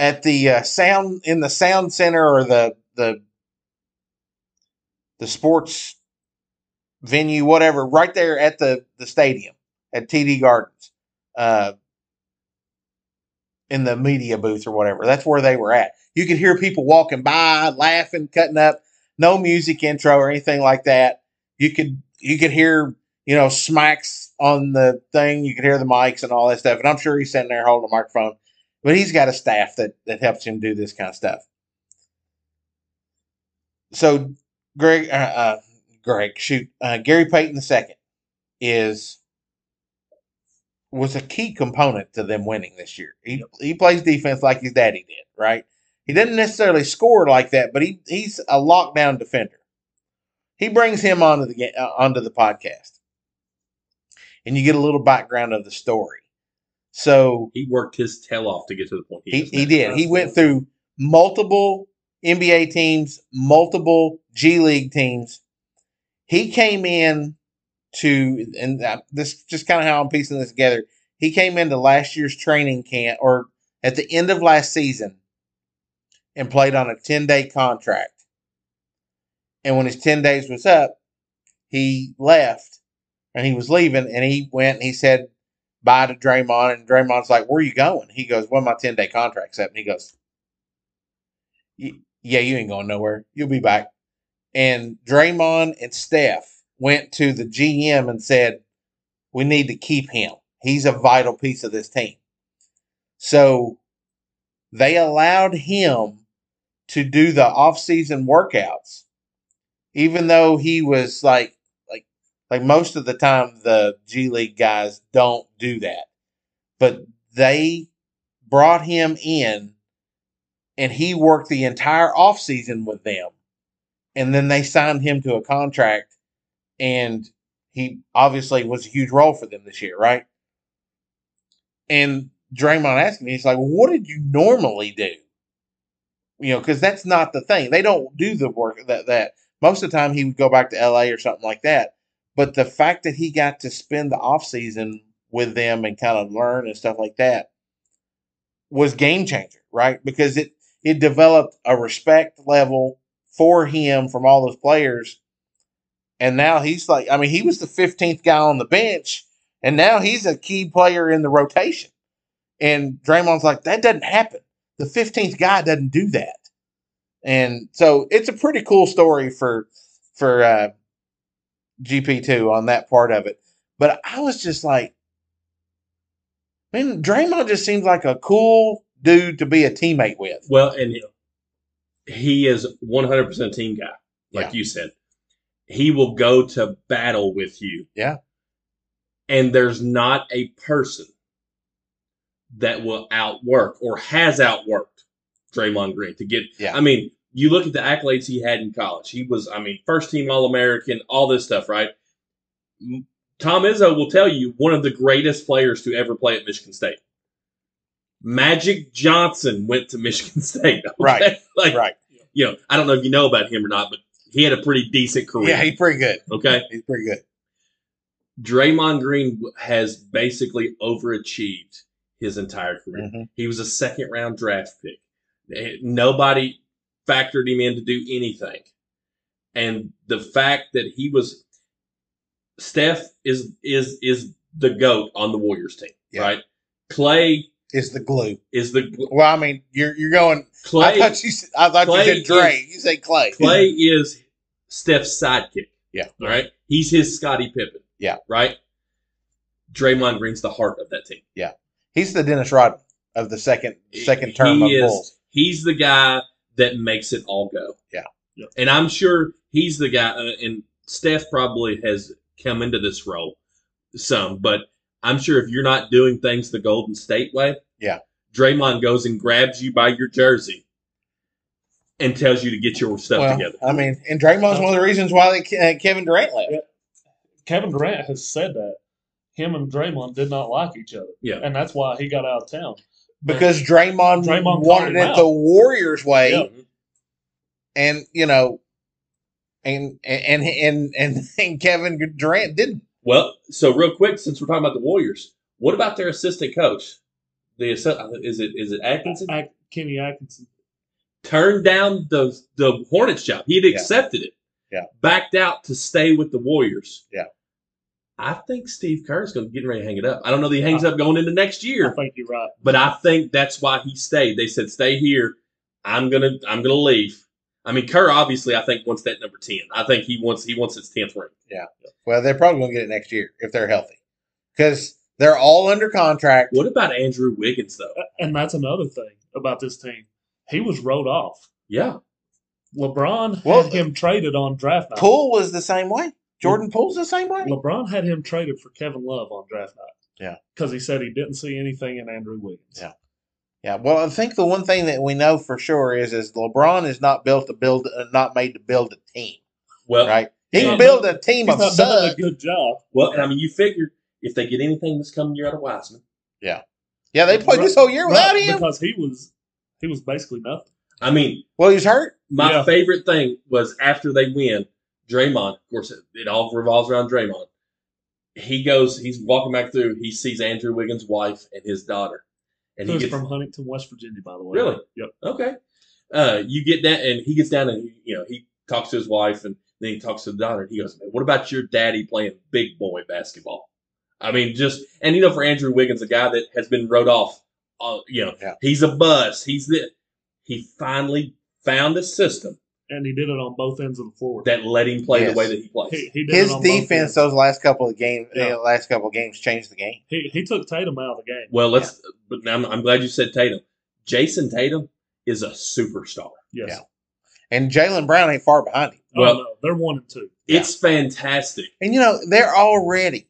Speaker 3: at the uh, sound, in the sound center or the, the, the sports venue, whatever, right there at the the stadium at TD Gardens, uh, in the media booth or whatever. That's where they were at. You could hear people walking by, laughing, cutting up. No music intro or anything like that. You could you could hear you know smacks on the thing. You could hear the mics and all that stuff. And I'm sure he's sitting there holding a microphone, but he's got a staff that that helps him do this kind of stuff. So Greg, uh, uh, Greg, shoot, uh, Gary Payton II is was a key component to them winning this year. He he plays defense like his daddy did, right? He doesn't necessarily score like that, but he, he's a lockdown defender. He brings him onto the ga- uh, onto the podcast, and you get a little background of the story. So
Speaker 4: He worked his tail off to get to the point.
Speaker 3: he,
Speaker 4: is
Speaker 3: he
Speaker 4: now.
Speaker 3: did. He went through multiple NBA teams, multiple G League teams. He came in to, and uh, this is just kind of how I'm piecing this together. He came into last year's training camp or at the end of last season and played on a 10 day contract. And when his 10 days was up, he left and he was leaving and he went and he said, bye to Draymond, and Draymond's like, "Where are you going?" He goes, "Well, my ten day contract's up." And he goes, "Y- "Yeah, you ain't going nowhere. You'll be back." And Draymond and Steph went to the GM and said, "We need to keep him. He's a vital piece of this team." So they allowed him to do the off-season workouts, even though he was like like most of the time the G League guys don't do that. But they brought him in and he worked the entire offseason with them. And then they signed him to a contract and he obviously was a huge role for them this year, right? And Draymond asked me, he's like, well, what did you normally do? You know, because that's not the thing. They don't do the work that that most of the time he would go back to LA or something like that but the fact that he got to spend the offseason with them and kind of learn and stuff like that was game changer right because it it developed a respect level for him from all those players and now he's like i mean he was the 15th guy on the bench and now he's a key player in the rotation and Draymond's like that doesn't happen the 15th guy doesn't do that and so it's a pretty cool story for for uh GP2 on that part of it. But I was just like, man, Draymond just seems like a cool dude to be a teammate with.
Speaker 4: Well, and he is 100% team guy,
Speaker 3: Yeah.
Speaker 4: like you said. He will go to battle with you.
Speaker 3: Yeah.
Speaker 4: And there's not a person that will outwork or has outworked Draymond Green to get.
Speaker 3: Yeah.
Speaker 4: I mean, you look at the accolades he had in college. He was, I mean, first team All American, all this stuff, right? M- Tom Izzo will tell you one of the greatest players to ever play at Michigan State. Magic Johnson went to Michigan State. okay?
Speaker 3: Right.
Speaker 4: like,
Speaker 3: right.
Speaker 4: you know, I don't know if you know about him or not, but he had a pretty decent career.
Speaker 3: Yeah, he's pretty good.
Speaker 4: okay.
Speaker 3: He's pretty good.
Speaker 4: Draymond Green w- has basically overachieved his entire career.
Speaker 3: Mm-hmm.
Speaker 4: He was a second round draft pick. Eh, Nobody factored him in to do anything. And the fact that he was Steph is is is the goat on the Warriors team,
Speaker 3: Yeah.
Speaker 4: right? Clay
Speaker 3: Is the glue.
Speaker 4: is the
Speaker 3: Well, I mean, you're you're going. I
Speaker 4: Clay
Speaker 3: thought you said, I thought
Speaker 4: Clay
Speaker 3: you said Dray.
Speaker 4: is-
Speaker 3: you said Clay.
Speaker 4: Clay is Steph's sidekick.
Speaker 3: Yeah.
Speaker 4: All right. He's his Scottie Pippen.
Speaker 3: Yeah.
Speaker 4: Right. Draymond Green's the heart of that team.
Speaker 3: He's the Dennis Rodman of the second second term
Speaker 4: He
Speaker 3: of
Speaker 4: is-
Speaker 3: Bulls.
Speaker 4: He's the guy that makes it all go.
Speaker 3: Yeah.
Speaker 5: Yeah.
Speaker 4: And I'm sure he's the guy, uh, and Steph probably has come into this role some, but I'm sure if you're not doing things the Golden State way,
Speaker 3: Yeah.
Speaker 4: Draymond goes and grabs you by your jersey and tells you to get your stuff
Speaker 3: Well,
Speaker 4: together.
Speaker 3: I mean, and Draymond's one of the reasons why they, Ke- uh, Kevin Durant left.
Speaker 5: Yeah. Kevin Durant has said that him and Draymond did not like each other,
Speaker 4: Yeah.
Speaker 5: and that's why he got out of town.
Speaker 3: because Draymond,
Speaker 5: Draymond
Speaker 3: wanted
Speaker 5: called him
Speaker 3: it
Speaker 5: out.
Speaker 3: the Warriors way,
Speaker 5: Yeah.
Speaker 3: and you know, and and and and, and Kevin Durant didn't.
Speaker 4: Well, so real quick, since we're talking about the Warriors, what about their assistant coach? The assi- is it is it Atkinson
Speaker 5: Ac- Kenny Atkinson.
Speaker 4: turned down the the Hornets job. He'd
Speaker 3: Yeah.
Speaker 4: accepted it.
Speaker 3: Yeah.
Speaker 4: Backed out to stay with the Warriors.
Speaker 3: Yeah.
Speaker 4: I think Steve Kerr's going to get ready to hang it up. I don't know that he
Speaker 3: Uh,
Speaker 4: hangs up going into next
Speaker 5: I
Speaker 4: year,
Speaker 5: think you're right.
Speaker 4: but I think that's why he stayed. They said, "Stay here. I'm gonna I'm gonna leave." I mean, Kerr obviously I think wants that number ten. I think he wants he wants his tenth ring.
Speaker 3: Well, they're probably going to get it next year if they're healthy, because they're all under contract.
Speaker 4: What about Andrew Wiggins though?
Speaker 5: A- And that's another thing about this team. He was wrote off.
Speaker 4: Yeah,
Speaker 5: LeBron
Speaker 3: Well,
Speaker 5: had him traded on draft night.
Speaker 3: Poole was the same way. Jordan Poole's the same way.
Speaker 5: LeBron had him traded for Kevin Love on draft night.
Speaker 3: Yeah.
Speaker 5: Because he said he didn't see anything in Andrew Wiggins.
Speaker 3: Yeah. Yeah, well, I think the one thing that we know for sure is is LeBron is not built to build, uh, not made to build a team,
Speaker 4: Well,
Speaker 3: right? He
Speaker 4: Yeah.
Speaker 3: can build a team
Speaker 5: Uh, He's
Speaker 3: of
Speaker 5: not doing a
Speaker 3: suds.
Speaker 5: good job.
Speaker 4: well, and I mean, you figure if they get anything this coming year out of Wiseman,
Speaker 3: Yeah, they played this whole year without
Speaker 5: Right,
Speaker 3: him.
Speaker 5: because he was he was basically nothing.
Speaker 4: I mean,
Speaker 3: Well, he's hurt.
Speaker 4: my
Speaker 5: Yeah.
Speaker 4: favorite thing was after they win, Draymond. Of course, it, it all revolves around Draymond. He goes, he's walking back through. He sees Andrew Wiggins' wife and his daughter, and
Speaker 5: he
Speaker 4: he
Speaker 5: was
Speaker 4: gets
Speaker 5: from Huntington, West Virginia, by the way.
Speaker 4: Really?
Speaker 5: Yep.
Speaker 4: okay. Uh, you get that, and he gets down, and he, you know he talks to his wife, and then he talks to the daughter. And he goes, "Man, "What about your daddy playing big boy basketball?" I mean, just and you know, for Andrew Wiggins, a guy that has been wrote off, uh, you know,
Speaker 3: Yeah.
Speaker 4: he's a buzz. He's the he finally found a system
Speaker 5: And he did it on both ends of the floor.
Speaker 4: that let him play
Speaker 3: Yes.
Speaker 4: the way that he plays.
Speaker 5: he, he did it
Speaker 3: His
Speaker 5: on both
Speaker 3: defense
Speaker 5: ends.
Speaker 3: those last couple of games,
Speaker 5: Yeah.
Speaker 3: uh, last couple of games changed the game.
Speaker 5: He, he took Tatum out of the game.
Speaker 4: Well, let's. But now I'm, I'm glad you said Tatum. Jason Tatum is a superstar.
Speaker 5: Yes.
Speaker 3: Yeah. And Jalen Brown ain't far behind him.
Speaker 5: Oh,
Speaker 4: Well-
Speaker 5: no, they're one and two.
Speaker 3: Yeah.
Speaker 4: It's fantastic.
Speaker 3: And you know they're already,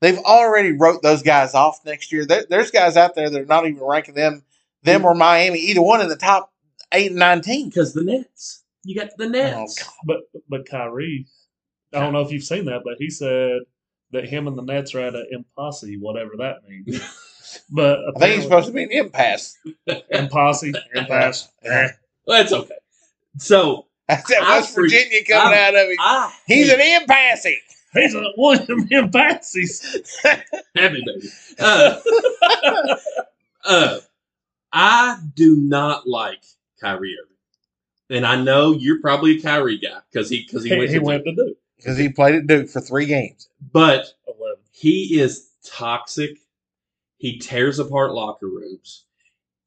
Speaker 3: they've already wrote those guys off next year. There, there's guys out there that are not even ranking them, them or Miami, either one in the top eight and nine teams.
Speaker 4: Because the Nets, you got the Nets.
Speaker 3: Oh,
Speaker 5: But but Kyrie, I don't know if you've seen that, but he said that him and the Nets are at an impasse, whatever that means. but
Speaker 3: I think he's supposed to be an impasse.
Speaker 5: impasse, impasse.
Speaker 3: Yeah.
Speaker 4: Well, that's okay. So
Speaker 3: That's that
Speaker 4: I
Speaker 3: West
Speaker 4: freak-
Speaker 3: Virginia coming
Speaker 4: I-
Speaker 3: out of it.
Speaker 4: I
Speaker 3: He's
Speaker 4: hate
Speaker 3: an impasse.
Speaker 5: He's a one of them impasses.
Speaker 4: happy baby. Uh, uh, I do not like Kyrie Irving, and I know you're probably a Kyrie guy because he because he,
Speaker 5: He,
Speaker 4: went,
Speaker 5: he
Speaker 4: to
Speaker 5: went to do
Speaker 3: Because he played at Duke for three games.
Speaker 4: But
Speaker 5: eleven.
Speaker 4: he is toxic. He tears apart locker rooms.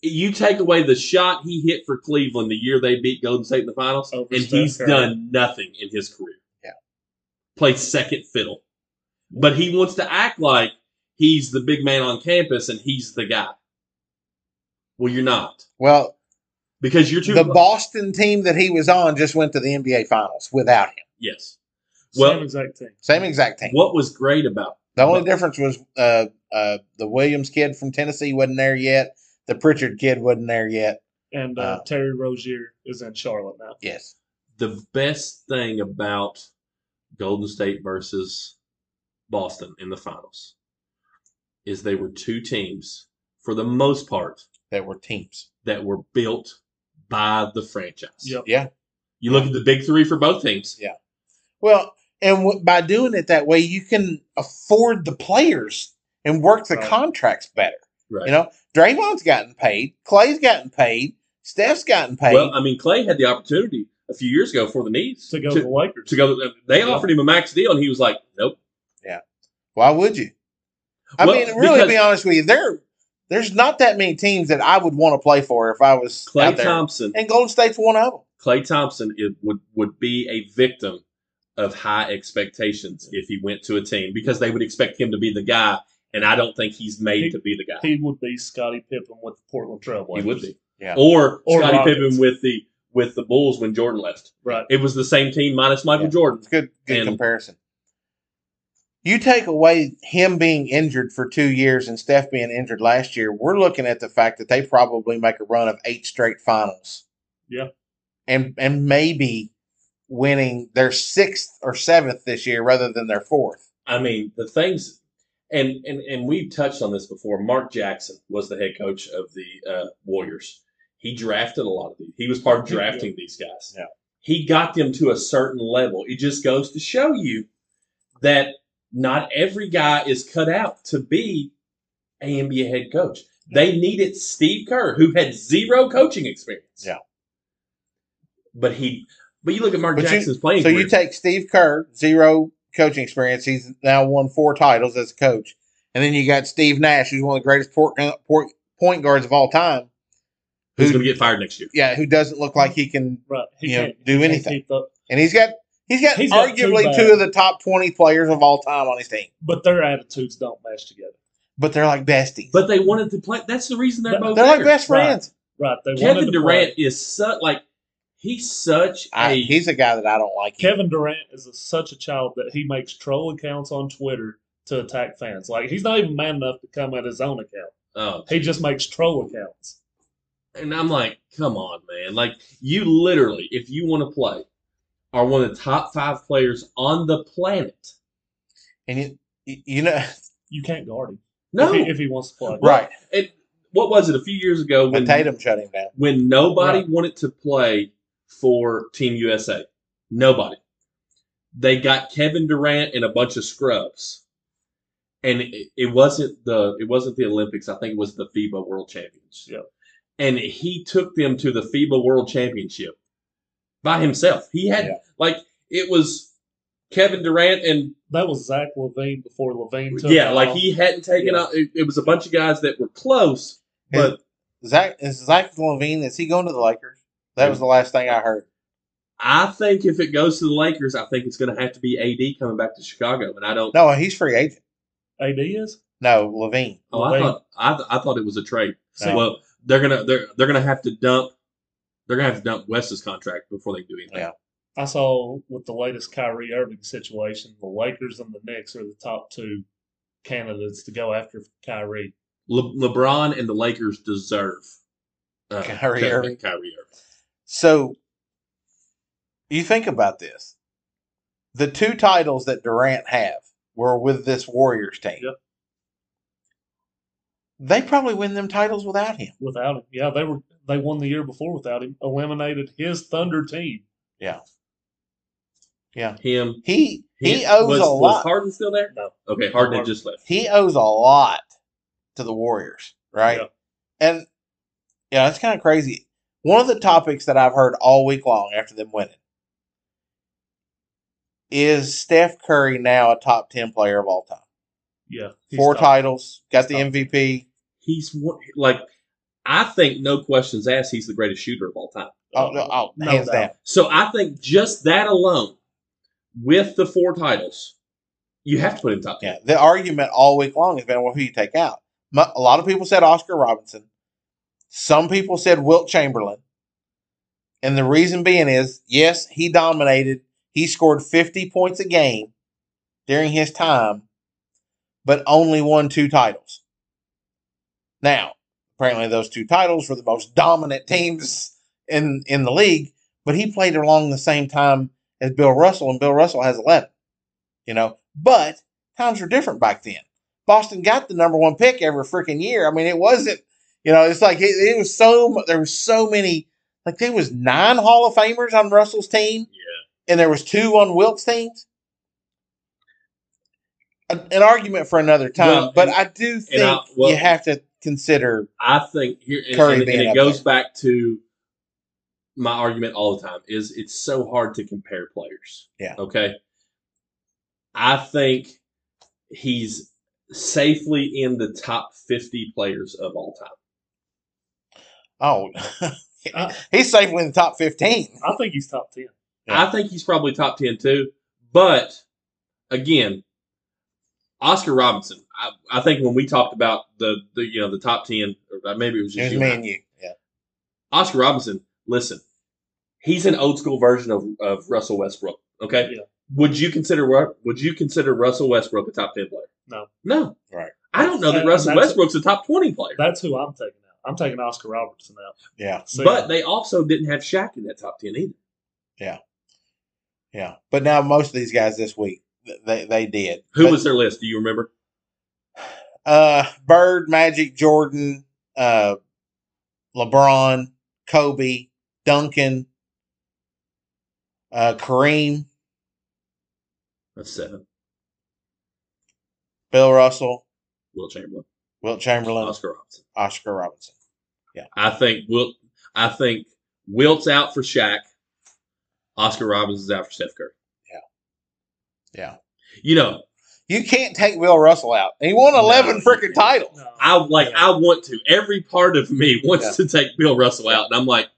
Speaker 4: You take away the shot he hit for Cleveland the year they beat Golden State in the finals,
Speaker 5: Over
Speaker 4: and
Speaker 5: Steph
Speaker 4: he's
Speaker 5: Curry.
Speaker 4: done nothing in his career.
Speaker 3: Yeah.
Speaker 4: Played second fiddle. But he wants to act like he's the big man on campus and he's the guy. Well, you're not.
Speaker 3: Well,
Speaker 4: Because you're too
Speaker 3: the Boston team that he was on just went to the NBA Finals without him.
Speaker 4: Yes.
Speaker 5: Same
Speaker 4: Well,
Speaker 5: exact team.
Speaker 3: Same exact team.
Speaker 4: what was great about
Speaker 3: The only
Speaker 4: Well-
Speaker 3: difference was uh, uh, the Williams kid from Tennessee wasn't there yet. The Pritchard kid wasn't there yet.
Speaker 5: And uh,
Speaker 3: Uh,
Speaker 5: Terry Rozier is in Charlotte now.
Speaker 3: Yes.
Speaker 4: the best thing about Golden State versus Boston in the finals is they were two teams, for the most part,
Speaker 3: That were teams.
Speaker 4: that were built by the franchise.
Speaker 5: Yep.
Speaker 3: Yeah.
Speaker 4: You look at the big three for both teams.
Speaker 3: Well, and w- by doing it that way, you can afford the players and work the
Speaker 5: Right.
Speaker 3: contracts better.
Speaker 4: Right.
Speaker 3: You know, Draymond's gotten paid. Clay's gotten paid. Steph's gotten paid.
Speaker 4: well, I mean, Clay had the opportunity a few years ago for the knees
Speaker 5: To go to the
Speaker 4: to,
Speaker 5: Lakers.
Speaker 4: to go. They
Speaker 5: Yeah.
Speaker 4: offered him a max deal, and he was like, "Nope."
Speaker 3: Why would you? I
Speaker 4: Well,
Speaker 3: mean, really, to
Speaker 4: because-
Speaker 3: be honest with you, there there's not that many teams that I would want to play for if I was
Speaker 4: Clay
Speaker 3: out there.
Speaker 4: Thompson.
Speaker 3: And Golden State's one of them.
Speaker 4: Clay Thompson it would would be a victim of high expectations if he went to a team because they would expect him to be the guy, and I don't think he's made
Speaker 5: He-
Speaker 4: to be the guy. He,
Speaker 5: he would be Scottie Pippen with the Portland Trailblazers.
Speaker 4: would be,
Speaker 3: Yeah.
Speaker 4: or,
Speaker 5: Or
Speaker 4: Scottie
Speaker 5: Rockets.
Speaker 4: Pippen with the with the Bulls when Jordan left.
Speaker 5: Right.
Speaker 4: It was the same team minus Michael
Speaker 3: Yeah.
Speaker 4: Jordan.
Speaker 3: It's a good good
Speaker 4: And-
Speaker 3: comparison. You take away him being injured for two years and Steph being injured last year, we're looking at the fact that they probably make a run of eight straight finals.
Speaker 5: Yeah.
Speaker 3: And and maybe winning their sixth or seventh this year rather than their fourth.
Speaker 4: I mean, the things, and and and we've touched on this before. Mark Jackson was the head coach of the uh, Warriors. He drafted a lot of these. He was part of drafting these guys.
Speaker 3: Yeah.
Speaker 4: He got them to a certain level. It just goes to show you that not every guy is cut out to be an NBA head coach. They needed Steve Kerr, who had zero coaching experience.
Speaker 3: Yeah.
Speaker 4: But he, but you look at Mark
Speaker 3: But you-
Speaker 4: Jackson's playing.
Speaker 3: So
Speaker 4: career,
Speaker 3: you take Steve Kerr, zero coaching experience. He's now won four titles as a coach. And then you got Steve Nash, who's one of the greatest port, port, point guards of all time.
Speaker 4: who's going to get fired next year?
Speaker 3: Yeah, who doesn't look like he can,
Speaker 5: Right. He
Speaker 3: you know,
Speaker 5: can't
Speaker 3: do
Speaker 5: he can't
Speaker 3: anything.
Speaker 5: keep up.
Speaker 3: and he's got he's got
Speaker 5: He's got
Speaker 3: arguably
Speaker 5: two bad-
Speaker 3: two of the top twenty players of all time on his team.
Speaker 5: But their attitudes don't match together.
Speaker 3: But they're like besties.
Speaker 4: But they wanted to play. That's the reason they're
Speaker 5: They're
Speaker 4: both
Speaker 3: they're like
Speaker 4: there.
Speaker 3: best friends.
Speaker 5: Right. They wanted
Speaker 4: Kevin
Speaker 5: to
Speaker 4: Durant
Speaker 5: play.
Speaker 4: is such like he's such
Speaker 3: I,
Speaker 4: a
Speaker 3: he's a guy that I don't like.
Speaker 5: Kevin Durant is a, such a child that he makes troll accounts on Twitter to attack fans. Like he's not even man enough to come at his own account.
Speaker 4: oh
Speaker 5: He just makes troll accounts.
Speaker 4: And I'm like, come on, man. Like, you literally, if you want to play, are one of the top five players on the planet.
Speaker 3: And it, y- you know,
Speaker 5: You can't guard him
Speaker 4: No.
Speaker 5: if, he, if he wants to play.
Speaker 3: right?
Speaker 4: what was it, a few years ago
Speaker 3: But
Speaker 4: when,
Speaker 3: Tatum shut him down.
Speaker 4: when nobody
Speaker 5: Right.
Speaker 4: wanted to play for Team USA? Nobody. They got Kevin Durant and a bunch of scrubs. And it, it wasn't the it wasn't the Olympics. I think it was the FIBA World Championships.
Speaker 5: Yep.
Speaker 4: And he took them to the FIBA World Championship by himself. He had
Speaker 3: Yeah.
Speaker 4: like it was Kevin Durant and
Speaker 5: That was Zach Levine before Levine took
Speaker 4: yeah, like
Speaker 5: off.
Speaker 4: he hadn't taken
Speaker 5: Yeah.
Speaker 4: out. It, it was a bunch of guys that were close,
Speaker 3: Is-
Speaker 4: but
Speaker 3: Zach is Zach Levine. Is he going to the Lakers? That was the last thing I heard.
Speaker 4: I think if it goes to the Lakers, I think it's going to have to be AD coming back to Chicago. And I don't.
Speaker 3: No, he's free agent.
Speaker 5: AD is?
Speaker 3: No, Levine.
Speaker 4: oh, I
Speaker 5: Wait.
Speaker 4: thought I, th- I thought it was a trade.
Speaker 3: No.
Speaker 4: Well, they're gonna they're they're gonna have to dump. They're gonna have to dump West's contract before they do anything.
Speaker 3: Yeah.
Speaker 5: I saw with the latest Kyrie Irving situation, the Lakers and the Knicks are the top two candidates to go after Kyrie.
Speaker 4: Le- LeBron and the Lakers deserve uh,
Speaker 3: Kyrie
Speaker 4: Ky-
Speaker 3: Irving.
Speaker 4: Kyrie Irving.
Speaker 3: So you think about this. The two titles that Durant have were with this Warriors team.
Speaker 5: Yep.
Speaker 3: They probably win them titles without him.
Speaker 5: Without him, yeah, they were they won the year before without him. Eliminated his Thunder team.
Speaker 4: Him.
Speaker 3: He he
Speaker 4: him-
Speaker 3: owes
Speaker 4: was,
Speaker 3: a
Speaker 4: was
Speaker 3: lot.
Speaker 4: Harden still there?
Speaker 5: No.
Speaker 4: Okay, Harden had
Speaker 5: Harden.
Speaker 4: just left.
Speaker 3: he owes a lot to the Warriors, right?
Speaker 5: Yeah.
Speaker 3: And yeah, that's kind of crazy. One of the topics that I've heard all week long after them winning is Steph Curry now a top ten player of all time?
Speaker 5: Yeah, he's
Speaker 3: Four
Speaker 5: top-
Speaker 3: titles, got the
Speaker 5: top.
Speaker 3: MVP.
Speaker 4: He's one- like, I think no questions asked. He's the greatest shooter of all time.
Speaker 3: Oh,
Speaker 4: uh,
Speaker 3: no, oh,
Speaker 5: No
Speaker 3: hands
Speaker 5: doubt.
Speaker 3: down.
Speaker 4: So I think just that alone, with the four titles, you have to put him top ten.
Speaker 3: Yeah, the argument all week long has been, well, who you take out? Mo- A lot of people said Oscar Robinson. Some people said Wilt Chamberlain. And the reason being is, yes, he dominated. He scored 50 points a game during his time, but only won two titles. Now, apparently those two titles were the most dominant teams in, in the league, but he played along the same time as Bill Russell, and Bill Russell has 11. You know, but times were different back then. Boston got the number one pick every freaking year. I mean, it wasn't, you know, it's like it, it was so mu- there was so many like there was nine Hall of Famers on Russell's team, and there was two on Wilkes' teams. An, an argument for another time,
Speaker 4: Well,
Speaker 3: but
Speaker 4: and-
Speaker 3: I do think
Speaker 4: and I- well-
Speaker 3: you have to consider
Speaker 4: I think here, and,
Speaker 3: Curry
Speaker 4: and- and
Speaker 3: being
Speaker 4: it
Speaker 3: up
Speaker 4: goes
Speaker 3: there.
Speaker 4: back to my argument all the time: is it's so hard to compare players.
Speaker 3: Yeah.
Speaker 4: Okay. I think he's safely in the top fifty players of all time.
Speaker 3: oh,
Speaker 5: I-
Speaker 3: he's safely in the top fifteen.
Speaker 5: I think he's top ten.
Speaker 3: Yeah.
Speaker 4: I think he's probably top 10 too. But again, Oscar Robinson, I, I think when we talked about the, the you know the top 10, or maybe it was
Speaker 3: It
Speaker 4: just
Speaker 3: was
Speaker 4: you
Speaker 3: me
Speaker 4: and I.
Speaker 3: and you. Yeah,
Speaker 4: Oscar Robinson, listen, he's an old school version of, of Russell Westbrook. Okay.
Speaker 5: Yeah.
Speaker 4: Would you consider Ru- would you consider Russell Westbrook a top 10 player?
Speaker 5: No.
Speaker 4: No.
Speaker 3: Right.
Speaker 4: I don't know that
Speaker 5: And-
Speaker 4: Russell
Speaker 5: and that's-
Speaker 4: Westbrook's a top 20 player.
Speaker 5: That's who I'm taking out. I'm taking Oscar Robertson out.
Speaker 3: yeah,
Speaker 5: See,
Speaker 4: But they also didn't have Shaq in that top 10 either.
Speaker 3: yeah. But now most of these guys this week, th- they they did.
Speaker 4: Who
Speaker 3: But-
Speaker 4: was their list? Do you remember?
Speaker 3: Uh, Bird, Magic, Jordan, uh, LeBron, Kobe, Duncan, uh, Kareem,
Speaker 4: That's seven.
Speaker 3: Bill Russell,
Speaker 4: Will Chamberlain,
Speaker 3: Wilt Chamberlain,
Speaker 4: Oscar Robinson.
Speaker 3: Oscar Robinson.
Speaker 4: I think Wilt. I think Wilt's out for Shaq. Oscar Robinson's out for Steph Curry.
Speaker 3: Yeah. Yeah.
Speaker 4: You know,
Speaker 3: You can't take Bill Russell out. He won
Speaker 4: No,
Speaker 3: 11
Speaker 4: you
Speaker 3: freaking
Speaker 4: can't.
Speaker 3: titles.
Speaker 5: No.
Speaker 4: I like. I want to. Every part of me wants
Speaker 3: Yeah.
Speaker 4: to take Bill Russell out, and I'm like,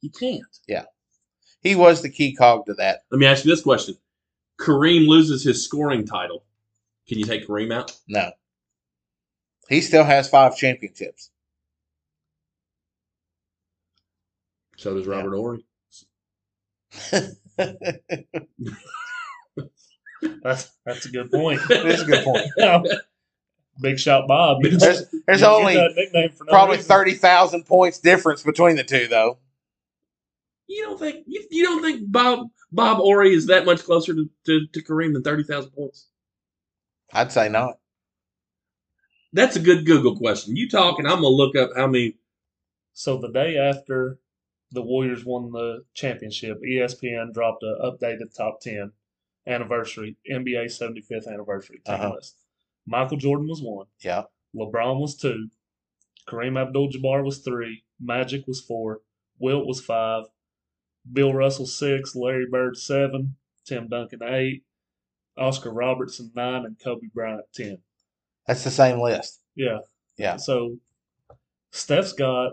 Speaker 4: you can't.
Speaker 3: He was the key cog to that.
Speaker 4: Let me ask you this question: Kareem loses his scoring title. Can you take Kareem out?
Speaker 3: No. He still has five championships.
Speaker 4: So does Robert Ory.
Speaker 5: that's that's a good point.
Speaker 3: That's a good point.
Speaker 5: I'm, Big Shot Bob. You
Speaker 4: There's-
Speaker 5: just-
Speaker 3: There's, there's
Speaker 5: you get
Speaker 3: only
Speaker 5: that nickname for no
Speaker 3: probably
Speaker 5: reason.
Speaker 3: thirty thousand points difference between the two, though.
Speaker 4: You don't think you, you don't think Bob Bob Ori is that much closer to, to, to Kareem than thirty thousand points?
Speaker 3: I'd say not.
Speaker 4: That's a good Google question. You talk, and I'm gonna look up how many.
Speaker 5: So the day after the Warriors won the championship, E ESPN dropped an updated top 10 anniversary, NBA 75th anniversary team
Speaker 3: Uh-huh.
Speaker 5: list. Michael Jordan was one.
Speaker 3: Yeah.
Speaker 5: LeBron was two. Kareem Abdul Jabbar was three. Magic was four. Wilt was five. Bill Russell, six. Larry Bird, seven. Tim Duncan, eight. Oscar Robertson, nine. And Kobe Bryant, 10.
Speaker 3: That's the same list.
Speaker 5: Yeah.
Speaker 3: Yeah.
Speaker 5: So Steph's got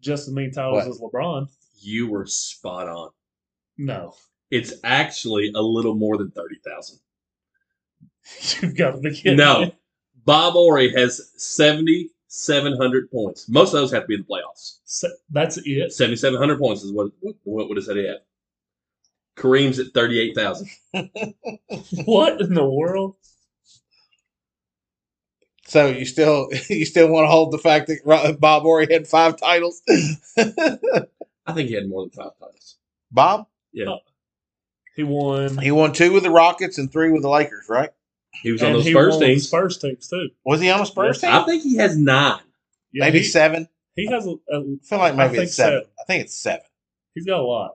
Speaker 5: just as many titles
Speaker 3: What?
Speaker 5: as LeBron.
Speaker 4: You were spot on.
Speaker 5: No.
Speaker 4: It's actually a little more than thirty thousand.
Speaker 5: You've got to be kidding.
Speaker 4: No,
Speaker 5: me.
Speaker 4: Bob Ori has seventy seven hundred points. Most of those have to be in the playoffs.
Speaker 5: So, that's it.
Speaker 4: Seventy seven hundred points is what what, what would have said he had. Kareem's at thirty eight thousand.
Speaker 5: What in the world?
Speaker 3: So you still you still want to hold the fact that Ro- Bob Ori had five titles?
Speaker 4: I think he had more than five titles.
Speaker 3: Bob,
Speaker 4: Yeah,
Speaker 5: He won.
Speaker 3: he won two with the Rockets and three with the Lakers, right?
Speaker 4: he was on
Speaker 5: and
Speaker 4: those
Speaker 5: he
Speaker 4: Spurs
Speaker 5: won with
Speaker 4: teams.
Speaker 5: Spurs teams too.
Speaker 3: Was he on a Spurs
Speaker 4: I
Speaker 3: team?
Speaker 4: think he has nine.
Speaker 5: Yeah,
Speaker 3: maybe
Speaker 5: he,
Speaker 3: seven.
Speaker 5: he has a, a.
Speaker 3: I feel like
Speaker 5: I
Speaker 3: maybe
Speaker 5: think
Speaker 3: it's seven.
Speaker 5: seven.
Speaker 3: I think it's seven.
Speaker 5: He's got a lot.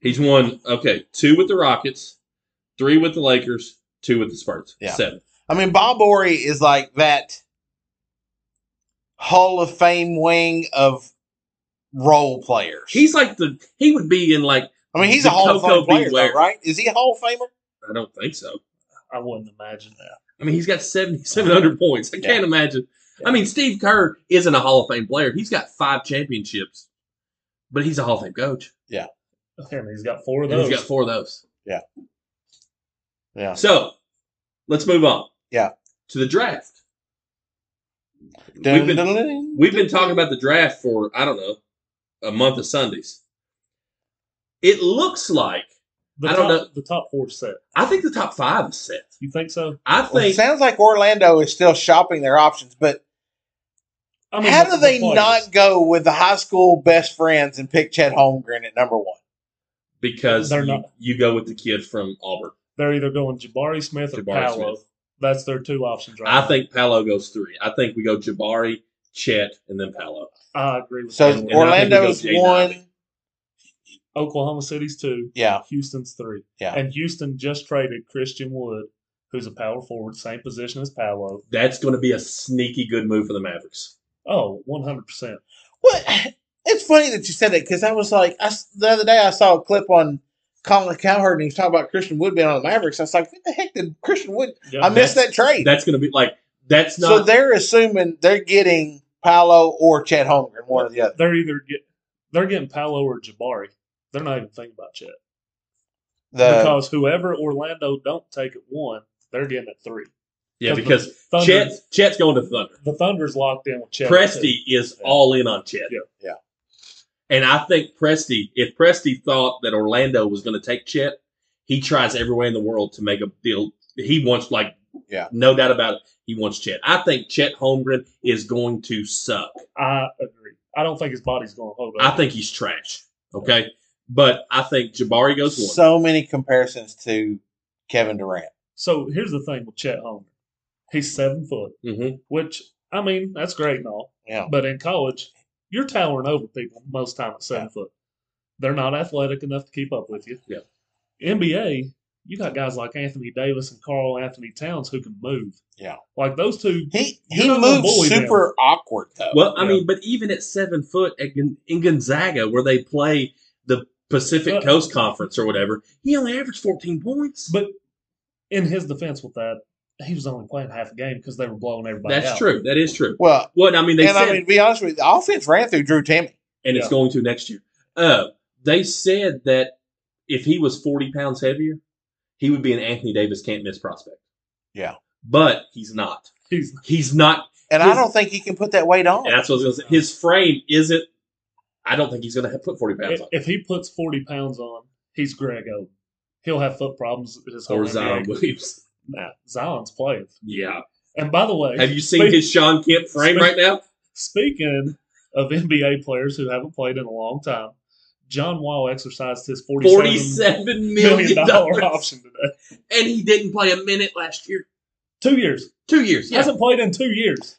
Speaker 4: He's won okay, two with the Rockets, three with the Lakers, two with the Spurs.
Speaker 3: Yeah.
Speaker 4: Seven.
Speaker 3: I mean, Bob Ori is like that Hall of Fame wing of role players.
Speaker 4: He's like the he would be in like
Speaker 3: I mean, he's a
Speaker 4: the
Speaker 3: Hall of Fame
Speaker 4: Coco
Speaker 3: player, though,
Speaker 4: Beware.
Speaker 3: right? Is he a Hall of Famer?
Speaker 4: I don't think so.
Speaker 5: I wouldn't imagine that.
Speaker 4: I mean he's got seventy seven hundred points. I can't imagine. I mean Steve Kerr isn't a Hall of Fame player. He's got five championships, but he's a Hall of Fame coach.
Speaker 5: And he's got four of
Speaker 4: And he's
Speaker 5: those.
Speaker 4: got four of those.
Speaker 3: Yeah.
Speaker 4: So let's move on.
Speaker 3: Yeah.
Speaker 4: To the draft.
Speaker 3: Dun,
Speaker 4: We've been-
Speaker 3: dun, dun, dun.
Speaker 4: We've been talking about the draft for, I don't know, a month of Sundays. It looks like
Speaker 5: the
Speaker 4: I
Speaker 5: top,
Speaker 4: don't
Speaker 5: The top four set.
Speaker 4: I think the top five is set.
Speaker 5: You think so?
Speaker 4: I
Speaker 3: Well, it
Speaker 4: think
Speaker 3: sounds like Orlando is still shopping their options, but
Speaker 5: I mean,
Speaker 3: how
Speaker 5: the-
Speaker 3: do
Speaker 5: the
Speaker 3: they
Speaker 5: players.
Speaker 3: not go with the high school best friends and pick Chet Holmgren at number one?
Speaker 4: because
Speaker 5: They're
Speaker 4: you,
Speaker 5: not.
Speaker 4: you go with the kid from Auburn.
Speaker 5: They're either going Jabari Smith or
Speaker 4: Jabari
Speaker 5: Paolo. That's their two options right
Speaker 4: I
Speaker 5: now.
Speaker 4: think Palo goes three. I think we go Jabari, Chet, and then Palo.
Speaker 5: I agree with
Speaker 3: So
Speaker 5: that.
Speaker 4: I or-
Speaker 3: Orlando's
Speaker 4: think we go Jaden Ivey.
Speaker 3: one.
Speaker 5: Oklahoma City's two.
Speaker 3: Yeah.
Speaker 5: Houston's three.
Speaker 3: Yeah.
Speaker 5: And Houston just traded Christian Wood, who's a power forward, same position as Paolo.
Speaker 4: That's going to be a sneaky good move for the Mavericks.
Speaker 5: Oh, 100%.
Speaker 3: What? It's funny that you said that because I was like, I s the other day I saw a clip on Colin Cowherd and he was talking about Christian Wood being on the Mavericks. I was like, what the heck did Christian Wood?
Speaker 5: Yeah,
Speaker 3: I missed that trade.
Speaker 4: That's going to be like that's
Speaker 3: so
Speaker 4: not.
Speaker 3: they're assuming they're getting Paolo or Chet Holmgren, one or the other.
Speaker 5: They're either get, they're getting Paolo or Jabari. They're not even thinking about Chet.
Speaker 3: The
Speaker 5: because whoever Orlando don't take at one, they're getting at three.
Speaker 4: yeah, because
Speaker 5: the Thunder,
Speaker 4: Chet Chet's going to Thunder.
Speaker 5: the Thunder's locked in with Chet.
Speaker 4: Presty is
Speaker 5: Yeah.
Speaker 4: all in on Chet.
Speaker 5: Yeah.
Speaker 3: Yeah.
Speaker 4: And I think Presty, if Presty thought that Orlando was going to take Chet, he tries every way in the world to make a deal. He wants, like,
Speaker 3: Yeah.
Speaker 4: no doubt about it, he wants Chet. I think Chet Holmgren is going to suck.
Speaker 5: I agree. I don't think his body's going to hold
Speaker 4: I
Speaker 5: up.
Speaker 4: think he's trash. Okay. But I think Jabari goes one.
Speaker 3: so many comparisons to Kevin Durant.
Speaker 5: so here's the thing with Chet Holmgren. He's seven foot,
Speaker 4: Mhm.
Speaker 5: which I mean that's great and all,
Speaker 3: Yeah.
Speaker 5: but in college you're towering over people most time at seven foot. They're not athletic enough to keep up with you.
Speaker 4: Yeah.
Speaker 5: NBA, you got guys like Anthony Davis and Carl Anthony Towns who can move.
Speaker 3: Yeah.
Speaker 5: like those two
Speaker 3: He
Speaker 5: You're
Speaker 3: he
Speaker 5: not gonna
Speaker 3: moves
Speaker 5: bully them.
Speaker 3: super awkward though.
Speaker 4: Well, I
Speaker 5: Yeah.
Speaker 4: mean, but even at seven foot at Gon- in Gonzaga, where they play the Pacific
Speaker 5: But-
Speaker 4: Coast Conference or whatever, he only averaged 14 points.
Speaker 5: But in his defense with that, he was only playing half a game because they were blowing everybody
Speaker 4: That's
Speaker 5: out.
Speaker 4: true. That is true.
Speaker 3: well,
Speaker 4: Well, I mean, they
Speaker 3: and
Speaker 4: said,
Speaker 3: I mean, to be honest with you, the offense ran through Drew Timmy.
Speaker 4: and it's
Speaker 5: yeah.
Speaker 4: going to next year. Uh, they said that if he was 40 pounds heavier, he would be an Anthony Davis can't miss prospect.
Speaker 3: Yeah.
Speaker 4: But he's not.
Speaker 5: He's
Speaker 4: He's not.
Speaker 3: And I
Speaker 4: His-
Speaker 3: don't think he can put that weight on.
Speaker 4: And that's what I was going to say. His frame isn't. I don't think he's going to put 40 pounds
Speaker 5: if,
Speaker 4: on.
Speaker 5: if he puts forty pounds on, he's Greg Oden. He'll have foot problems his whole
Speaker 4: Or
Speaker 5: NBA
Speaker 4: Zion
Speaker 5: career.
Speaker 4: Williams.
Speaker 5: nah, Zion's playing.
Speaker 4: Yeah.
Speaker 5: And by the way,
Speaker 4: Have you seen his Sean Kemp frame right now?
Speaker 5: speaking of NBA players who haven't played in a long time, John Wall exercised his forty-seven
Speaker 4: Forty-seven
Speaker 5: million
Speaker 4: million
Speaker 5: dollar
Speaker 4: dollars,
Speaker 5: option today.
Speaker 4: and he didn't play a minute last year.
Speaker 5: Two years.
Speaker 4: Two years. Yeah.
Speaker 5: Hasn't played in two years.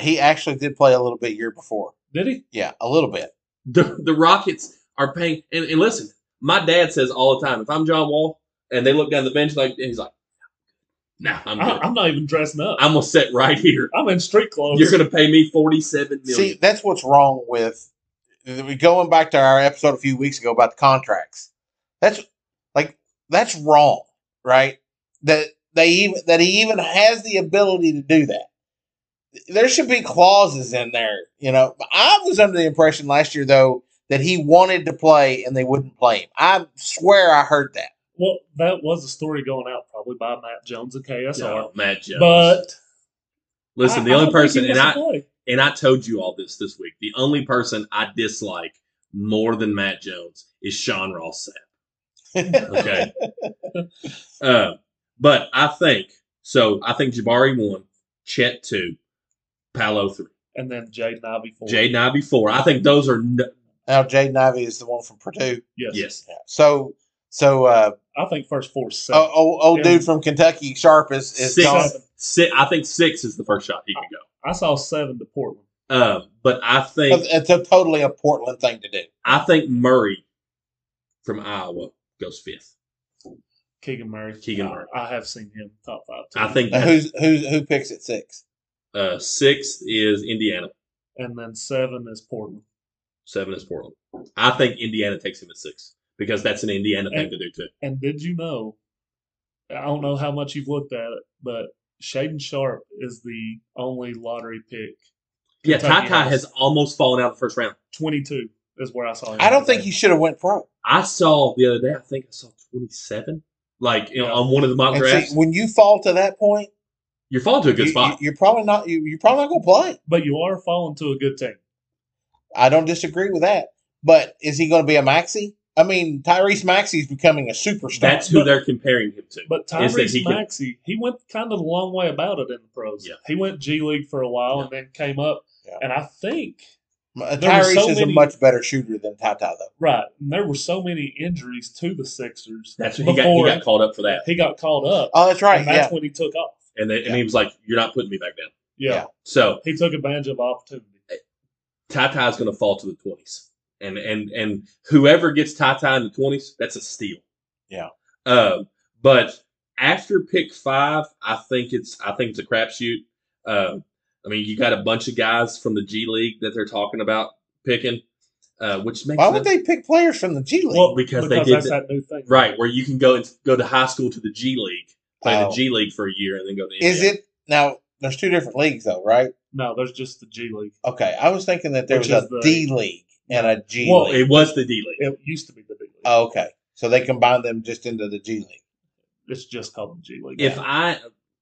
Speaker 3: He actually did play a little bit year before.
Speaker 5: Did he?
Speaker 3: Yeah, a little bit.
Speaker 4: the the Rockets are paying. And, and listen, my dad says all the time, if I'm John Wall and they look down the bench, like and he's like, Nah, I'm
Speaker 5: I,
Speaker 4: good.
Speaker 5: I'm not even dressing up.
Speaker 4: I'm gonna sit right here.
Speaker 5: I'm in street clothes.
Speaker 4: You're gonna pay me forty seven million.
Speaker 3: See, that's what's wrong with we going back to our episode a few weeks ago about the contracts. That's like that's wrong, right? That they even that he even has the ability to do that. There should be clauses in there, you know. I was under the impression last year though that he wanted to play and they wouldn't play him. I swear I heard that.
Speaker 5: Well, that was a story going out probably by Matt Jones of KSR.
Speaker 4: No, Matt Jones.
Speaker 5: But
Speaker 4: listen,
Speaker 5: I-
Speaker 4: the
Speaker 5: I don't think
Speaker 4: only person
Speaker 5: he
Speaker 4: and
Speaker 5: wants
Speaker 4: I
Speaker 5: to play.
Speaker 4: and I told you all this this week. The only person I dislike more than Matt Jones is Sean Ross Sapp. Okay. uh, but I think so. I think Jabari one, Chet two, Palo three,
Speaker 5: and then Jaden Ivey four.
Speaker 4: Jaden Ivey four. I think those are no,
Speaker 3: Now Jaden Ivey is the one from Purdue.
Speaker 5: yes.
Speaker 4: yes.
Speaker 3: So so uh
Speaker 5: I think first four is seven.
Speaker 3: oh, old, old dude from Kentucky, Sharp is, is
Speaker 4: Six,
Speaker 3: gone.
Speaker 4: si I think six is the first shot he could go.
Speaker 5: I saw seven to Portland.
Speaker 4: Um, but I think
Speaker 3: It's a totally a Portland thing to do.
Speaker 4: I think Murray from Iowa goes fifth.
Speaker 5: Keegan Murray.
Speaker 4: Keegan
Speaker 5: I-
Speaker 4: Murray.
Speaker 5: I, have seen him top five. too.
Speaker 4: I think
Speaker 3: Now, who's who's who picks at six?
Speaker 4: uh, sixth is Indiana.
Speaker 5: And then seven is Portland.
Speaker 4: Seven is Portland. I think Indiana takes him at six because that's an Indiana thing to do too.
Speaker 5: And did you know? I don't know how much you've looked at it, but Shaden Sharp is the only lottery pick.
Speaker 4: Yeah, Ty
Speaker 5: Kentucky
Speaker 4: Ty
Speaker 5: has-
Speaker 4: has almost fallen out of the first round.
Speaker 5: Twenty-two is where I saw him.
Speaker 3: I don't think
Speaker 5: today.
Speaker 3: he should have went pro.
Speaker 4: I saw the other day. I think I saw twenty seven. Like you know, on one of the mock
Speaker 3: And
Speaker 4: drafts,
Speaker 3: see, when you fall to that point,
Speaker 4: you're falling to a good
Speaker 3: you,
Speaker 4: spot.
Speaker 3: are probably not you, you're probably not going to play.
Speaker 5: But you are falling to a good team.
Speaker 3: I don't disagree with that. But is he going to be a maxi? I mean, Tyrese Maxey's becoming a superstar.
Speaker 4: that's who
Speaker 5: but-
Speaker 4: they're comparing him to.
Speaker 5: But
Speaker 4: Is that
Speaker 5: Tyrese
Speaker 4: he can-
Speaker 5: Maxey, he went kind of the long way about it in the pros.
Speaker 4: Yeah.
Speaker 5: He went G League for a while and then came up.
Speaker 3: Yeah.
Speaker 5: And I think
Speaker 3: Uh,
Speaker 5: there were
Speaker 3: Tyrese
Speaker 5: so
Speaker 3: is
Speaker 5: many-
Speaker 3: a much better shooter than Ty Ty though.
Speaker 5: right, and there were so many injuries to the Sixers.
Speaker 4: That's when he got he got called up for that,
Speaker 5: he got called up.
Speaker 3: Oh, that's right.
Speaker 5: and that's
Speaker 3: Yeah,
Speaker 5: when he took off.
Speaker 4: and they, and he was like, "You're not putting me back down."
Speaker 5: Yeah.
Speaker 3: Yeah.
Speaker 4: So
Speaker 5: He took advantage of opportunity.
Speaker 4: Ty Ty's going to fall to the twenties, and and and whoever gets Ty Ty in the twenties, that's a steal.
Speaker 3: Yeah.
Speaker 4: Um, but after pick five, I think it's I think it's a crapshoot. Um, I mean, you got a bunch of guys from the G League that they're talking about picking, uh, which makes
Speaker 3: why would
Speaker 4: no-
Speaker 3: they pick players from the G League?
Speaker 5: Well,
Speaker 4: because
Speaker 5: because,
Speaker 4: they did
Speaker 5: that's
Speaker 4: that-
Speaker 5: that new thing.
Speaker 4: right where you can go and go to high school to the G League, play in
Speaker 3: Oh.
Speaker 4: the G League for a year, and then go to the
Speaker 3: is
Speaker 4: NBA.
Speaker 3: it now? There's two different leagues though, right?
Speaker 5: No, there's just the G League.
Speaker 3: Okay, I was thinking that there
Speaker 5: Which
Speaker 3: was
Speaker 5: is
Speaker 3: a
Speaker 5: the-
Speaker 3: D League and a G
Speaker 5: Well,
Speaker 4: Well,
Speaker 3: League.
Speaker 4: it was the D League.
Speaker 5: It used to be the D League.
Speaker 4: Oh.
Speaker 3: Oh, Okay, so they combined them just into the G League.
Speaker 5: it's just called the G League.
Speaker 4: if I,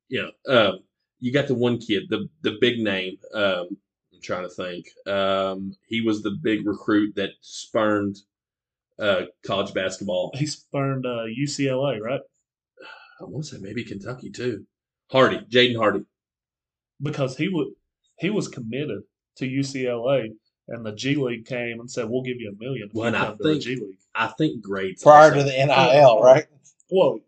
Speaker 4: you know, um, you got the one kid, the the big name. Um, I'm trying to think. Um, he was the big recruit that spurned uh, college basketball.
Speaker 5: he spurned uh, UCLA, right?
Speaker 4: I want to say maybe Kentucky too. Hardy, Jaden Hardy.
Speaker 5: Because he would he was committed to UCLA, and the G League came and said, "We'll give you a million if
Speaker 4: Well,
Speaker 5: you
Speaker 4: and I
Speaker 5: come to the
Speaker 4: think-
Speaker 5: G League."
Speaker 4: I think grades
Speaker 3: prior
Speaker 4: also-
Speaker 3: to the NIL, right?
Speaker 5: Well,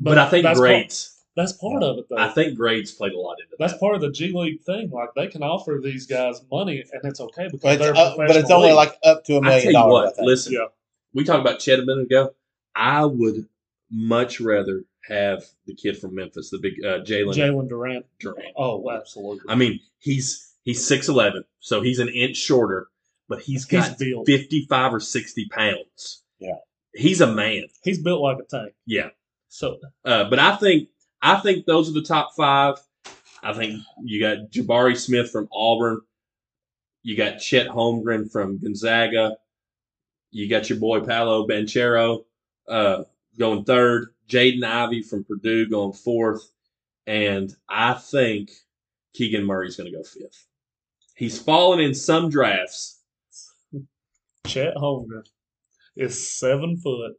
Speaker 4: but, I think
Speaker 5: that's
Speaker 4: grades.
Speaker 5: Part, that's part of it, though.
Speaker 4: I think grades played a lot into that.
Speaker 5: that's part of the G League thing. Like they can offer these guys money, and it's okay because
Speaker 3: But it's,
Speaker 5: they're
Speaker 4: uh,
Speaker 3: up, but it's
Speaker 5: professional
Speaker 3: only
Speaker 5: league.
Speaker 3: like up to a
Speaker 4: I tell
Speaker 3: million
Speaker 4: you
Speaker 3: dollars. I
Speaker 4: what,
Speaker 3: think.
Speaker 4: listen.
Speaker 5: Yeah.
Speaker 4: We talked about Chet a minute ago. I would much rather have the kid from Memphis, the big uh, Jalen
Speaker 5: Jalen Durant.
Speaker 4: Durant.
Speaker 5: Oh, absolutely.
Speaker 4: I mean, he's he's six eleven, so he's an inch shorter, but he's
Speaker 5: he's
Speaker 4: got
Speaker 5: built.
Speaker 4: fifty five or sixty pounds.
Speaker 3: Yeah.
Speaker 4: he's a man.
Speaker 5: He's built like a tank.
Speaker 4: Yeah,
Speaker 5: So
Speaker 4: uh, but I think I think those are the top five. I think you got Jabari Smith from Auburn. You got Chet Holmgren from Gonzaga. You got your boy Paolo Banchero uh, going third. Jaden Ivey from Purdue going fourth. And I think Keegan Murray's going to go fifth. He's fallen in some drafts,
Speaker 5: Chet Holmgren is seven foot,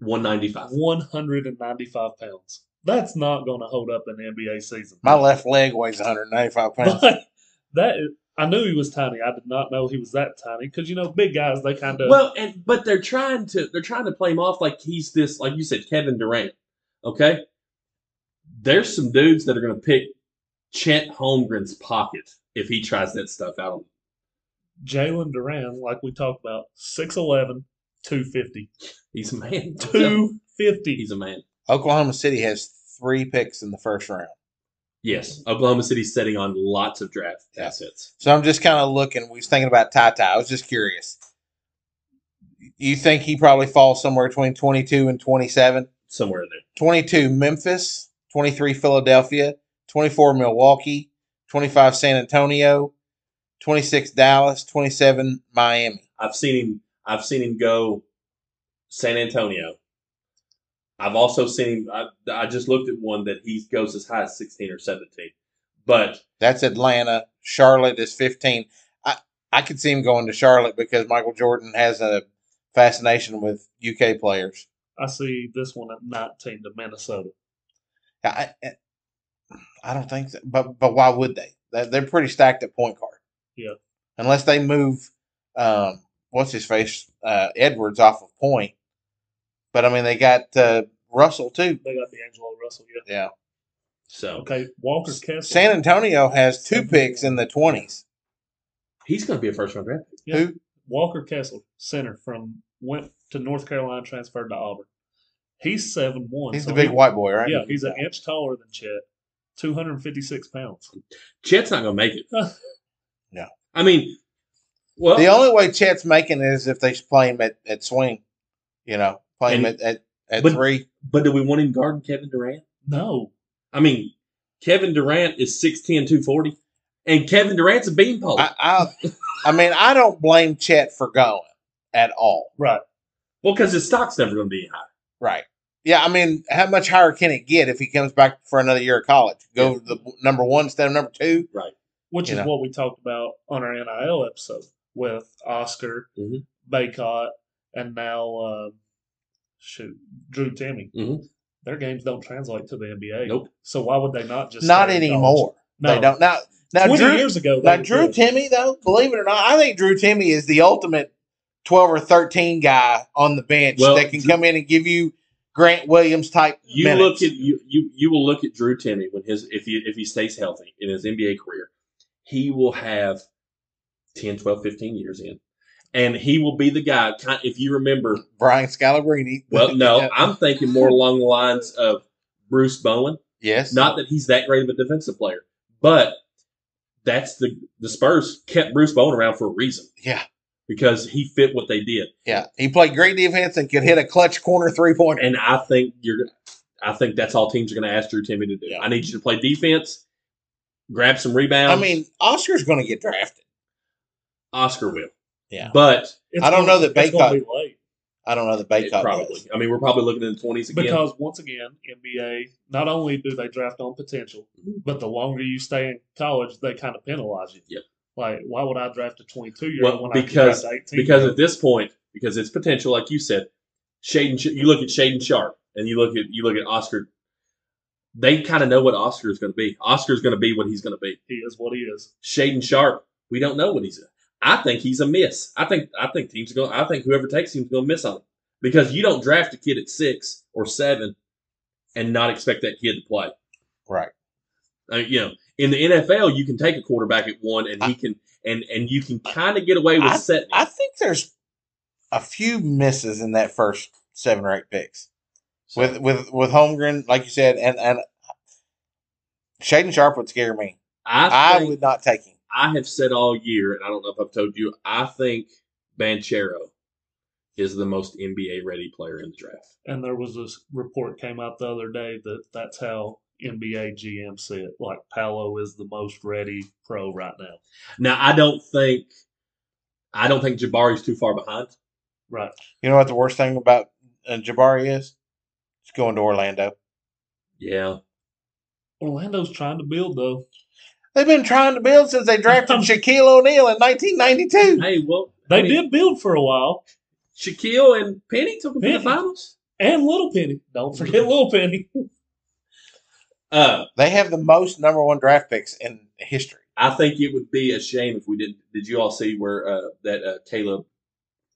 Speaker 4: 195.
Speaker 5: one hundred and ninety-five pounds. That's not going to hold up in the NBA season.
Speaker 3: My left leg weighs 195 pounds.
Speaker 5: But that is, I knew he was tiny. I did not know he was that tiny because you know big guys they kind of
Speaker 4: Well, and but they're trying to they're trying to play him off like he's this like you said Kevin Durant. Okay, there's some dudes that are going to pick Chet Holmgren's pocket if he tries that stuff out. on them.
Speaker 5: Jalen Duran, like we talked about, 6'11", 250.
Speaker 4: He's a man.
Speaker 3: Oh,
Speaker 4: too.
Speaker 5: 250.
Speaker 4: He's a man.
Speaker 3: Oklahoma City has three picks in the first round.
Speaker 4: Yes, Oklahoma City's sitting on lots of draft
Speaker 3: Yeah.
Speaker 4: assets.
Speaker 3: So I'm just kind of looking. We was thinking about Ty Ty. I was just curious. You think he probably falls somewhere between 22 and 27?
Speaker 4: somewhere in there.
Speaker 3: 22 Memphis, 23 Philadelphia, 24 Milwaukee, 25 San Antonio, 26 Dallas, 27 Miami.
Speaker 4: I've seen him. I've seen him go San Antonio. I've also seen him. I, I just looked at one that he goes as high as sixteen or seventeen. But
Speaker 3: That's Atlanta. Charlotte is 15. I I could see him going to Charlotte because Michael Jordan has a fascination with UK players.
Speaker 5: I see this one at 19 to Minnesota.
Speaker 3: I, I, I don't think so. But but why would they? They're, they're pretty stacked at point guard.
Speaker 5: Yeah.
Speaker 3: Unless they move, um, what's his face, uh, Edwards off of point. But I mean, they got uh, Russell too.
Speaker 5: They got D'Angelo Russell, yeah.
Speaker 3: Yeah.
Speaker 4: so
Speaker 5: Okay, Walker Kessler.
Speaker 3: San Antonio has two picks in the twenties.
Speaker 4: he's going to be a first round draft. pick.
Speaker 5: Yeah.
Speaker 3: Who?
Speaker 5: Walker Kessler, center from went to North Carolina, transferred to Auburn. He's seven one.
Speaker 3: He's the big white boy, right?
Speaker 5: Yeah, he's an inch taller than Chet. 256 pounds.
Speaker 4: Chet's not going to make it.
Speaker 3: No.
Speaker 4: I mean, well,
Speaker 3: The only way Chet's making it is if they play him at, at swing. You know, play him
Speaker 4: And-
Speaker 3: at at, at
Speaker 4: but-
Speaker 3: three.
Speaker 4: but do we want him guarding Kevin Durant?
Speaker 5: No.
Speaker 4: I mean, Kevin Durant is 6'10", 240. and Kevin Durant's a beanpole.
Speaker 3: I, I I mean, I don't blame Chet for going at all.
Speaker 5: Right.
Speaker 4: well, because his stock's never going to be high.
Speaker 3: Right. Yeah, I mean, how much higher can it get if he comes back for another year of college? Go
Speaker 4: Yeah.
Speaker 3: to the number one instead of number two.
Speaker 5: Which
Speaker 3: You
Speaker 5: is
Speaker 3: know.
Speaker 5: what we talked about on our NIL episode with Oscar,
Speaker 3: Mm-hmm.
Speaker 4: Mhm.
Speaker 5: Baycott, and now um shoot, Drew Timmy.
Speaker 3: Mm-hmm.
Speaker 4: Mhm.
Speaker 5: Their games don't translate to the NBA.
Speaker 4: Nope.
Speaker 5: So why would they not just
Speaker 3: Not
Speaker 5: stay in college?
Speaker 3: anymore.
Speaker 5: No.
Speaker 3: They don't now. Now
Speaker 5: Twenty
Speaker 3: Drew,
Speaker 5: years ago,
Speaker 3: now
Speaker 5: they
Speaker 3: Drew
Speaker 5: did.
Speaker 3: Timmy though, believe it or not, I think Drew Timmy is the ultimate twelve or thirteen guy on the bench
Speaker 4: Well,
Speaker 3: that can
Speaker 4: Drew-
Speaker 3: come in and give you Grant Williams type.
Speaker 4: You
Speaker 3: minutes.
Speaker 4: look at you, you you will look at Drew Timmy when his if he if he stays healthy in his NBA career, he will have 10, 12, 15 years in. And he will be the guy kind if you remember
Speaker 3: Brian Scalabrine.
Speaker 4: well, no, I'm thinking more along the lines of Bruce Bowen.
Speaker 3: yes,
Speaker 4: Not that he's that great of a defensive player, but that's the the Spurs kept Bruce Bowen around for a reason
Speaker 3: yeah,
Speaker 4: because he fit what they did.
Speaker 3: yeah. He played great defense and could hit a clutch corner three pointer.
Speaker 4: And I think you're I think that's all teams are gonna ask Drew Timmy to do.
Speaker 3: Yeah.
Speaker 4: I need you to play defense, grab some rebounds.
Speaker 3: I mean, Oscar's going to get drafted.
Speaker 4: Oscar will.
Speaker 3: Yeah.
Speaker 4: But
Speaker 5: It's
Speaker 3: I don't
Speaker 5: gonna-
Speaker 3: know that
Speaker 5: it's gonna
Speaker 3: Baycott-
Speaker 5: be late
Speaker 3: I don't know the
Speaker 4: it
Speaker 3: Baycott
Speaker 4: probably.
Speaker 3: does.
Speaker 4: I mean, we're probably looking in the twenties again.
Speaker 5: because once again, NBA not only do they draft on potential,
Speaker 4: Mm-hmm.
Speaker 5: but the longer you stay in college, they kind of penalize you.
Speaker 4: Yep.
Speaker 5: Like, why would I draft a twenty-two year
Speaker 4: Well,
Speaker 5: old when
Speaker 4: because-
Speaker 5: I can draft eighteen?
Speaker 4: because at this point, because it's potential, like you said, Shaden. Sh- You look at Shaden Sharp, and you look at you look at Oscar. They kind of know what Oscar is going to be. Oscar's going to be what he's going to be.
Speaker 5: he is what he is.
Speaker 4: Shaden Sharp, we don't know what he's. I think he's a miss. I think I think teams are going. I think whoever takes him is going to miss on him because you don't draft a kid at six or seven and not expect that kid to play.
Speaker 3: Right.
Speaker 4: I mean, you know, in the NFL, you can take a quarterback at one, and he can and and you can kind of get away with setting.
Speaker 3: I think there's a few misses in that first seven or eight picks
Speaker 4: So,
Speaker 3: with with with Holmgren, like you said, and and Shaden Sharp would scare me.
Speaker 4: I
Speaker 3: I,
Speaker 4: think,
Speaker 3: would not take him.
Speaker 4: I have said all year, and I don't know if I've told you, I think Banchero is the most NBA ready player in the draft.
Speaker 5: And there was this report came out the other day that that's how NBA GM see it. Like, Paolo is the most ready pro right now.
Speaker 4: Now I don't think I don't think Jabari's too far behind.
Speaker 5: Right.
Speaker 3: You know what the worst thing about uh, Jabari is? He's going to Orlando.
Speaker 4: Yeah.
Speaker 5: Orlando's trying to build though.
Speaker 3: They've been trying to build since they drafted Shaquille O'Neal in 1992.
Speaker 4: Hey, well
Speaker 5: They
Speaker 4: I mean,
Speaker 5: did build for a while.
Speaker 4: Shaquille and Penny took him to
Speaker 5: Penny.
Speaker 4: the finals.
Speaker 5: And Little Penny. Don't forget Little Penny.
Speaker 4: Uh,
Speaker 3: They have the most number one draft picks in history.
Speaker 4: I think it would be a shame if we didn't. Did you all see where uh, that uh, Caleb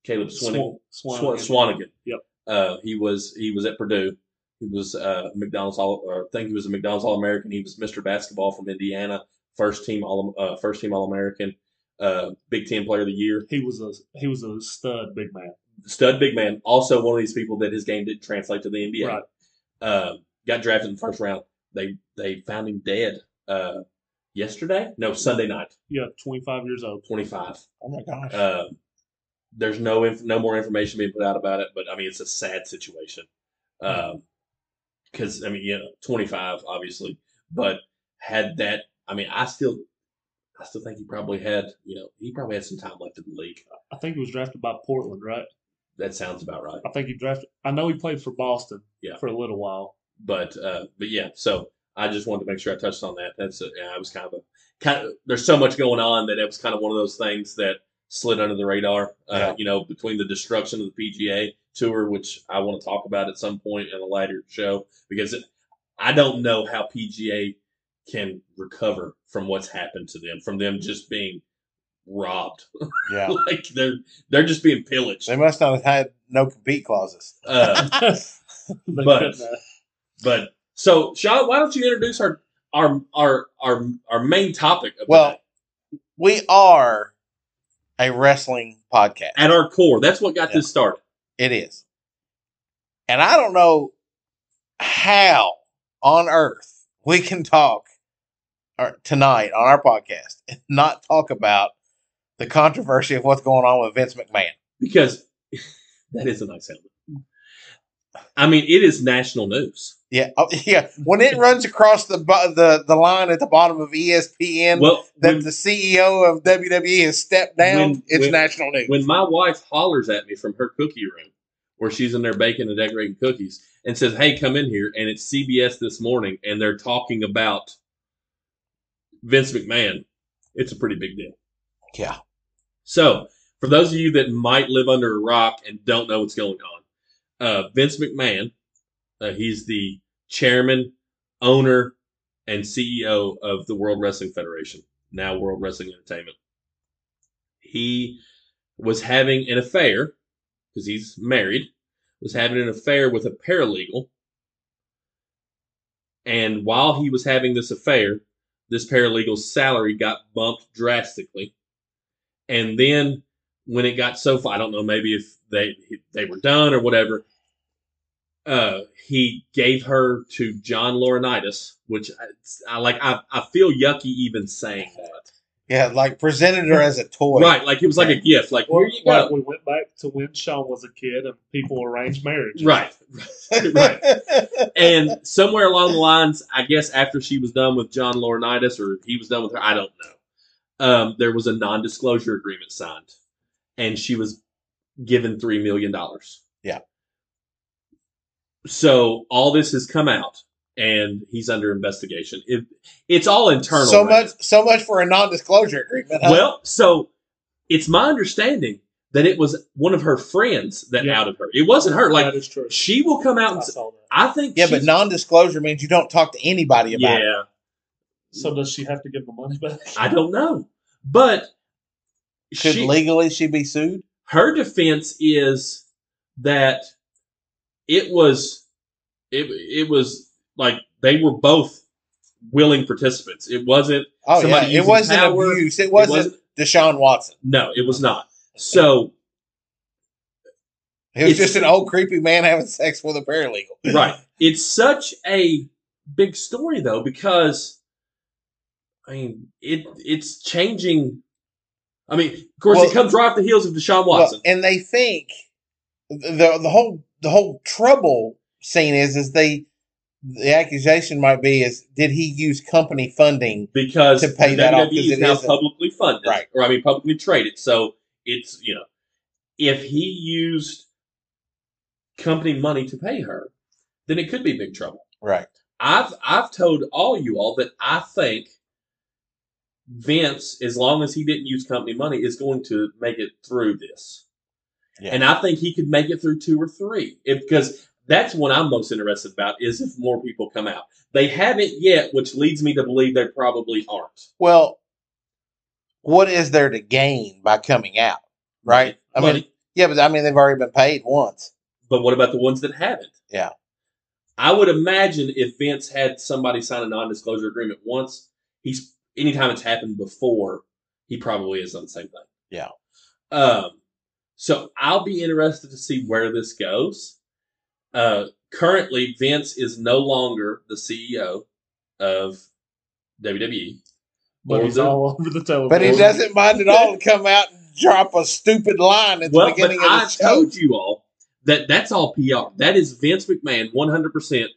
Speaker 4: Caleb Swin-
Speaker 5: Swan-
Speaker 4: Swan-
Speaker 5: Swanigan.
Speaker 4: Swanigan?
Speaker 5: Yep.
Speaker 4: Uh, he was he was at Purdue. He was uh, McDonald's all. Or I think he was a McDonald's All American. He was Mr. Basketball from Indiana, first team all uh, first team All American, uh, Big Ten Player of the Year.
Speaker 5: He was a he was a stud big man.
Speaker 4: stud big man, also one of these people that his game didn't translate to the NBA.
Speaker 5: Right.
Speaker 4: Um, got drafted in the first round. They they found him dead uh, yesterday. No, Sunday night,
Speaker 5: Yeah, 25 years old.
Speaker 4: twenty five.
Speaker 3: Oh my gosh.
Speaker 4: Um, there's no inf- no more information being put out about it, but I mean it's a sad situation. Because I mean, you know, 25 obviously, but had that, I mean, I still, I still think he probably had, you know, he probably had some time left in the league.
Speaker 5: I think he was drafted by Portland, right?
Speaker 4: That sounds about right.
Speaker 5: I think he drafted. I know he played for Boston
Speaker 4: Yeah.
Speaker 5: for a little while.
Speaker 4: but uh, but yeah, so I just wanted to make sure I touched on that. That's a, yeah, I was kind of a kind of there's so much going on that it was kind of one of those things that slid under the radar. Uh,
Speaker 3: Yeah.
Speaker 4: You know, between the destruction of the PGA tour, which I want to talk about at some point in a later show, because it, I don't know how PGA can recover from what's happened to them, from them just being robbed,
Speaker 3: Yeah.
Speaker 4: like they're they're just being pillaged.
Speaker 3: They must not have had no compete clauses.
Speaker 4: Uh,
Speaker 5: They
Speaker 4: But-
Speaker 5: couldn't have-
Speaker 4: But so, Sean, why don't you introduce our our our our, our main topic of the
Speaker 3: Well-
Speaker 4: day?
Speaker 3: We are a wrestling podcast.
Speaker 4: at our core? That's what got
Speaker 3: Yeah.
Speaker 4: this started.
Speaker 3: It is. And I don't know how on earth we can talk or tonight on our podcast and not talk about the controversy of what's going on with Vince McMahon.
Speaker 4: Because that is a nice helmet. I mean, it is national news.
Speaker 3: Yeah, oh, yeah. When it runs across the bo- the the line at the bottom of E ESPN
Speaker 4: well,
Speaker 3: that
Speaker 4: when,
Speaker 3: the CEO of WWE has stepped down,
Speaker 4: When-
Speaker 3: it's
Speaker 4: when-
Speaker 3: national news.
Speaker 4: when my wife hollers at me from her cookie room, where she's in there baking and decorating cookies, and says, "Hey, come in here," and it's CBS this morning, and they're talking about Vince McMahon, it's a pretty big deal.
Speaker 3: yeah,
Speaker 4: So, for those of you that might live under a rock and don't know what's going on, uh, Vince McMahon, uh, he's the chairman, owner, and CEO of the World Wrestling Federation, now World Wrestling Entertainment. He was having an affair because he's married, was having an affair with a paralegal. And while he was having this affair, this paralegal's salary got bumped drastically and then when it got so far, I don't know, maybe if they they were done or whatever. Uh, he gave her to John Laurinaitis, which I, I like. I, I feel yucky even saying that.
Speaker 3: yeah, like presented her as a toy.
Speaker 4: Right, like it was like a gift. Like
Speaker 5: Well,
Speaker 4: here you go.
Speaker 5: We went back to when Sean was a kid and people arranged marriage.
Speaker 4: Right, right. And somewhere along the lines, I guess after she was done with John Laurinaitis, or he was done with her, I don't know. Um, there was a non-disclosure agreement signed, and she was given three million dollars.
Speaker 3: Yeah.
Speaker 4: So all this has come out, and he's under investigation. It, it's all internal.
Speaker 3: so uh,
Speaker 4: right?
Speaker 3: much, so much for a non-disclosure agreement. huh?
Speaker 4: Well, so it's my understanding that it was one of her friends that
Speaker 5: Yeah. Uh,
Speaker 4: outed her. It wasn't her. Like
Speaker 5: that is true.
Speaker 4: she will come out.
Speaker 5: I
Speaker 4: And, s-
Speaker 5: saw that.
Speaker 4: I think.
Speaker 3: yeah, but
Speaker 4: she's-
Speaker 3: non-disclosure means you don't talk to anybody about it.
Speaker 4: Yeah.
Speaker 5: So does she have to give the money back?
Speaker 4: I don't know. But
Speaker 3: Could
Speaker 4: she,
Speaker 3: legally she be sued?
Speaker 4: her defense is that it was it it was like they were both willing participants. It wasn't
Speaker 3: Oh
Speaker 4: Somebody
Speaker 3: yeah, it
Speaker 4: using
Speaker 3: wasn't
Speaker 4: power.
Speaker 3: abuse. It
Speaker 4: it wasn't,
Speaker 3: wasn't Deshaun Watson.
Speaker 4: no, it was not. So
Speaker 3: It was
Speaker 4: It's-
Speaker 3: just an old creepy man having sex with a paralegal.
Speaker 4: right. It's such a big story though because I mean it it's changing I mean, of course,
Speaker 3: Well-
Speaker 4: it comes right off the heels of Deshaun Watson.
Speaker 3: Well, and they think the the whole the whole trouble scene is is they the accusation might be is did he use company funding?
Speaker 4: because
Speaker 3: to pay
Speaker 4: the
Speaker 3: that off,
Speaker 4: WWE
Speaker 3: 'cause
Speaker 4: is
Speaker 3: it
Speaker 4: now
Speaker 3: isn't-
Speaker 4: publicly funded,
Speaker 3: Right.
Speaker 4: Or I mean, publicly traded. So it's you know, if he used company money to pay her, then it could be big trouble.
Speaker 3: Right.
Speaker 4: I've I've told all you all that I think Vince, as long as he didn't use company money, is going to make it through this.
Speaker 3: Yeah.
Speaker 4: And I think he could make it through two or three. If because That's what I'm most interested about is if more people come out. They haven't yet, which leads me to believe they probably aren't.
Speaker 3: Well, what is there to gain by coming out? Right? I mean,
Speaker 4: Money.
Speaker 3: yeah, but I mean, they've already been paid once.
Speaker 4: But what about the ones that haven't?
Speaker 3: Yeah.
Speaker 4: I would imagine if Vince had somebody sign a non disclosure agreement once, he's anytime it's happened before, he probably has done the same thing.
Speaker 3: Yeah.
Speaker 4: Um so I'll be interested to see where this goes. Uh currently Vince is no longer the CEO of E. WWE.
Speaker 5: But he's all over the television.
Speaker 3: But he
Speaker 4: Well,
Speaker 3: doesn't mind at all to come out and drop a stupid line at the
Speaker 4: Well, but
Speaker 3: beginning of
Speaker 4: I
Speaker 3: the show.
Speaker 4: told you all that that's all PR. That is Vince McMahon 100%